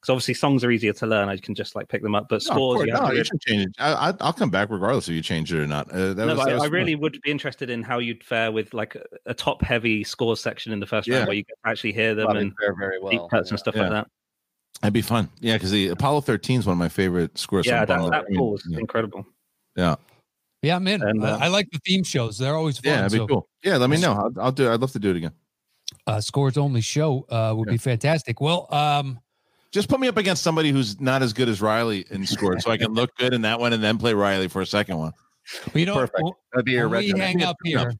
[SPEAKER 3] Because obviously songs are easier to learn. I can just like pick them up, but
[SPEAKER 4] No, of
[SPEAKER 3] scores,
[SPEAKER 4] course.
[SPEAKER 3] you have
[SPEAKER 4] No,
[SPEAKER 3] to
[SPEAKER 4] you
[SPEAKER 3] really-
[SPEAKER 4] should change it. I, I, I'll come back regardless if you change it or not. Uh, that
[SPEAKER 3] no,
[SPEAKER 4] was-
[SPEAKER 3] but
[SPEAKER 4] that
[SPEAKER 3] I,
[SPEAKER 4] was
[SPEAKER 3] I
[SPEAKER 4] fun.
[SPEAKER 3] really would be interested in how you'd fare with like a, a top-heavy scores section in the first
[SPEAKER 4] Yeah.
[SPEAKER 3] round, where you can actually hear them
[SPEAKER 5] Probably
[SPEAKER 3] and
[SPEAKER 5] fare very
[SPEAKER 3] deep
[SPEAKER 5] well.
[SPEAKER 3] cuts and stuff
[SPEAKER 4] Yeah.
[SPEAKER 3] like that.
[SPEAKER 4] That'd be fun. Yeah, because the Apollo 13 is one of my favorite scores.
[SPEAKER 3] yeah,
[SPEAKER 4] from
[SPEAKER 3] that,
[SPEAKER 4] Apollo.
[SPEAKER 3] that
[SPEAKER 4] I mean,
[SPEAKER 3] pool was
[SPEAKER 4] yeah.
[SPEAKER 3] incredible.
[SPEAKER 2] yeah, I'm in.
[SPEAKER 3] and,
[SPEAKER 2] I-
[SPEAKER 3] uh,
[SPEAKER 2] I, like the theme shows. They're always fun.
[SPEAKER 4] Yeah, that'd be
[SPEAKER 2] so,
[SPEAKER 4] cool. Yeah, let me know. I'll, I'll do. I'd love to do it again.
[SPEAKER 2] uh, scores only show uh, would be fantastic. Well, um,
[SPEAKER 4] Just put me up against somebody who's not as good as Riley in score, so I can look good in that one and then play Riley for a second one.
[SPEAKER 2] you know,
[SPEAKER 5] Perfect.
[SPEAKER 2] when-
[SPEAKER 5] That'd be your
[SPEAKER 2] when we
[SPEAKER 5] resume.
[SPEAKER 2] hang up
[SPEAKER 4] Yeah.
[SPEAKER 2] here.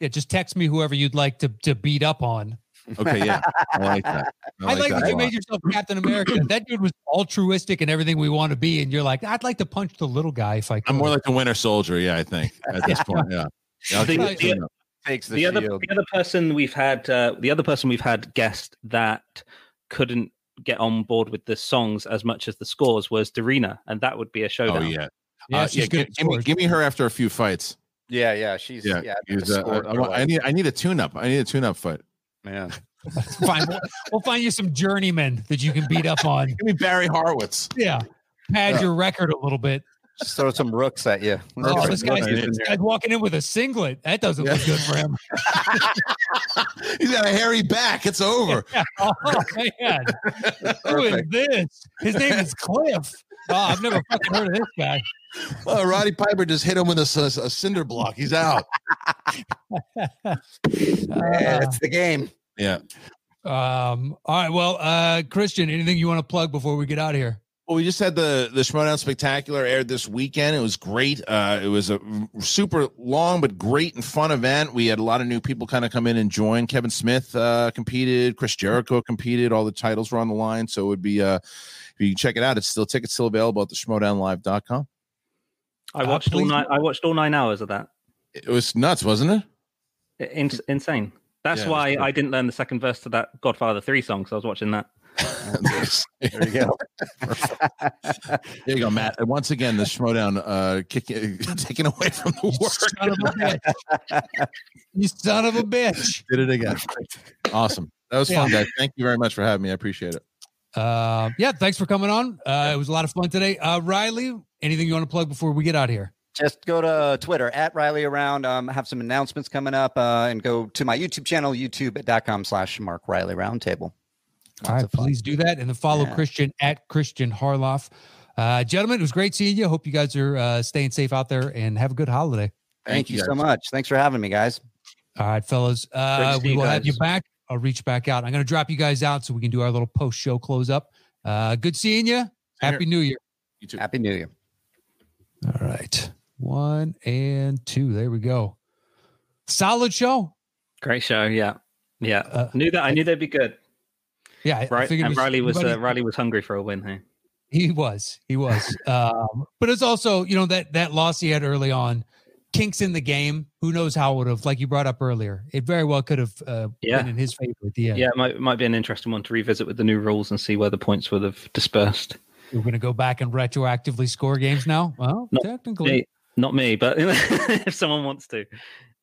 [SPEAKER 2] Yeah, just text me whoever you'd like to, to beat up on.
[SPEAKER 4] Okay, yeah, Oh, I like that.
[SPEAKER 2] I like, that,
[SPEAKER 4] a
[SPEAKER 2] you
[SPEAKER 4] lot.
[SPEAKER 2] made yourself Captain America. that dude was altruistic and everything we want to be, and you're like, I'd like to punch the little guy if I could.
[SPEAKER 4] I'm more like the Winter Soldier. Yeah, I think at this point. Yeah. Yeah, I'll
[SPEAKER 3] The-
[SPEAKER 4] keep it
[SPEAKER 2] the-
[SPEAKER 4] clean up.
[SPEAKER 5] Takes the,
[SPEAKER 3] The other,
[SPEAKER 5] shield.
[SPEAKER 3] the other person we've had, uh, the other person we've had guessed that couldn't get on board with the songs as much as the scores was Darina, and that would be a
[SPEAKER 4] Oh
[SPEAKER 3] showdown.
[SPEAKER 4] yeah.
[SPEAKER 2] yeah,
[SPEAKER 4] Uh,
[SPEAKER 2] she's
[SPEAKER 4] yeah.
[SPEAKER 2] good
[SPEAKER 4] Give,
[SPEAKER 2] at
[SPEAKER 4] give me,
[SPEAKER 2] scores.
[SPEAKER 4] give me her after a few fights.
[SPEAKER 5] Yeah, yeah. She's
[SPEAKER 4] Yeah,
[SPEAKER 5] yeah.
[SPEAKER 4] Is,
[SPEAKER 5] the
[SPEAKER 4] uh,
[SPEAKER 5] score
[SPEAKER 4] I,
[SPEAKER 5] for
[SPEAKER 4] want- I
[SPEAKER 5] like-
[SPEAKER 4] need I need a tune up. I need a tune up fight.
[SPEAKER 5] man.
[SPEAKER 2] Fine, we'll, we'll find you some journeymen that you can beat up on.
[SPEAKER 4] Give me Barry Horowitz.
[SPEAKER 2] Yeah, pad
[SPEAKER 4] Yeah.
[SPEAKER 2] your record a little bit.
[SPEAKER 5] Just throw some rooks at you.
[SPEAKER 4] Oh,
[SPEAKER 2] Oh,
[SPEAKER 4] Perfect.
[SPEAKER 2] this guy's,
[SPEAKER 4] Yeah.
[SPEAKER 2] this guy's walking in with a singlet. That doesn't look good for him.
[SPEAKER 4] He's got a hairy back. It's over.
[SPEAKER 2] Oh man, who is Oh, this? His name is Cliff. Oh, I've never fucking heard of this guy.
[SPEAKER 4] Oh, Roddy Piper just hit him with a, c- a cinder block. He's out.
[SPEAKER 5] yeah,
[SPEAKER 2] Uh,
[SPEAKER 5] that's the game.
[SPEAKER 4] Yeah.
[SPEAKER 2] um. All right. Well, uh, Christian, anything you want to plug before we get out of here?
[SPEAKER 4] Well, we just had the the Schmodown Spectacular aired this weekend. It was great. Uh, it was a super long but great and fun event. We had a lot of new people kind of come in and join. Kevin Smith uh, competed, Chris Jericho competed. All the titles were on the line, so it would be uh, if you check it out. It's still tickets still available at the schmodownlive.com.
[SPEAKER 3] I
[SPEAKER 2] Uh,
[SPEAKER 3] watched all
[SPEAKER 2] please-
[SPEAKER 3] nine. I watched all nine hours of that.
[SPEAKER 4] It was nuts, wasn't it?
[SPEAKER 3] I- In, insane. That's
[SPEAKER 4] Yeah,
[SPEAKER 3] why I didn't learn the second verse to that Godfather Three song because I was watching that.
[SPEAKER 5] There you go.
[SPEAKER 4] There you go, Matt. And once again, the Schmodown uh, kick, taken away from the
[SPEAKER 2] You
[SPEAKER 4] work.
[SPEAKER 2] son of a bitch. you son of a bitch.
[SPEAKER 4] Did it again. Awesome. That was fun, guys. Thank you very much for having me. I appreciate it.
[SPEAKER 2] Uh, yeah, thanks for coming on. Uh, it was a lot of fun today. Uh, Riley, anything you want to plug before we get out here?
[SPEAKER 5] just go to Twitter at Riley Around. Um, I have some announcements coming up, uh, and go to my YouTube channel, youtube.com slash Mark Riley Roundtable.
[SPEAKER 2] All right,
[SPEAKER 5] of fun.
[SPEAKER 2] please do that, and then follow
[SPEAKER 5] Yeah.
[SPEAKER 2] Christian at Christian Harloff. Uh, gentlemen, it was great seeing you. Hope you guys are uh, staying safe out there and have a good holiday.
[SPEAKER 5] Thank, you,
[SPEAKER 4] guys.
[SPEAKER 5] so much. Thanks for having me, guys.
[SPEAKER 2] All right, fellas,
[SPEAKER 3] Great
[SPEAKER 2] uh,
[SPEAKER 3] to see
[SPEAKER 2] we
[SPEAKER 3] you
[SPEAKER 2] will have you
[SPEAKER 3] guys.
[SPEAKER 2] back. I'll reach back out. I'm going to drop you guys out so we can do our little post show close up. Uh, good seeing you. Happy New Year.
[SPEAKER 4] You too.
[SPEAKER 5] Happy New Year.
[SPEAKER 2] All right, one and two. There we go. Solid show.
[SPEAKER 3] Great show. Yeah, yeah.
[SPEAKER 2] Uh,
[SPEAKER 3] knew that. I knew they'd be good.
[SPEAKER 2] Yeah, I- I
[SPEAKER 3] Right.
[SPEAKER 2] figured it
[SPEAKER 3] And Riley was
[SPEAKER 2] everybody-
[SPEAKER 3] uh, Riley was hungry for a win here.
[SPEAKER 2] He was. He was. um, but it's also, you know, that that loss he had early on, kinks in the game. Who knows how it would have, like you brought up earlier, it very well could have uh,
[SPEAKER 3] Yeah.
[SPEAKER 2] been in his favor at the
[SPEAKER 3] Yeah,
[SPEAKER 2] end.
[SPEAKER 3] it might might be an interesting one to revisit with the new rules and see where the points would have dispersed.
[SPEAKER 2] We're going to go back and retroactively score games now. Well,
[SPEAKER 3] No,
[SPEAKER 2] technically,
[SPEAKER 3] Me, not me, but if someone wants to.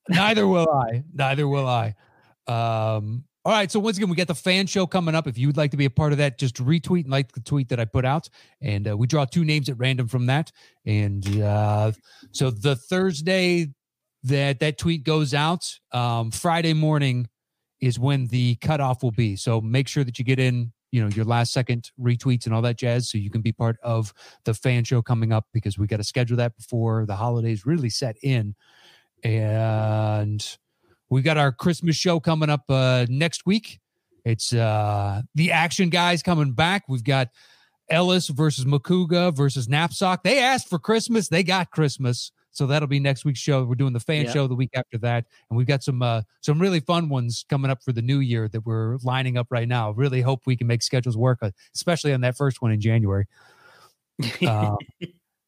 [SPEAKER 2] Neither will I. Neither will I. Um, all right. So once again, we got the fan show coming up. If you would like to be a part of that, just retweet and like the tweet that I put out, and uh, we draw two names at random from that. And uh, so the Thursday that that tweet goes out, um, Friday morning is when the cutoff will be. So make sure that you get in, you know, your last second retweets and all that jazz, so you can be part of the fan show coming up because we got to schedule that before the holidays really set in and we got our christmas show coming up uh next week it's uh the action guys coming back we've got ellis versus makuga versus knapsack they asked for christmas they got christmas so that'll be next week's show we're doing the fan
[SPEAKER 3] Yeah.
[SPEAKER 2] show the week after that and we've got some uh some really fun ones coming up for the new year that we're lining up right now really hope we can make schedules work uh, especially on that first one in january uh,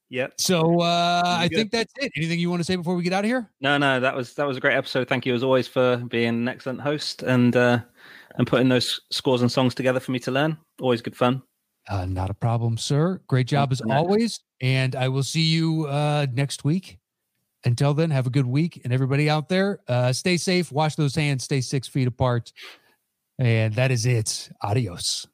[SPEAKER 3] Yep.
[SPEAKER 2] so uh i
[SPEAKER 3] Good.
[SPEAKER 2] think that's it anything you want to say before we get out of here
[SPEAKER 3] No, no, that was that was a great episode. Thank you as always for being an excellent host and uh and putting those scores and songs together for me to learn. Always good fun.
[SPEAKER 2] Uh, not a problem, sir. Great job as
[SPEAKER 3] you, Matt.
[SPEAKER 2] always. And I will see you uh, next week. Until then, have a good week. And everybody out there, uh, stay safe, wash those hands, stay six feet apart. And that is it. Adios.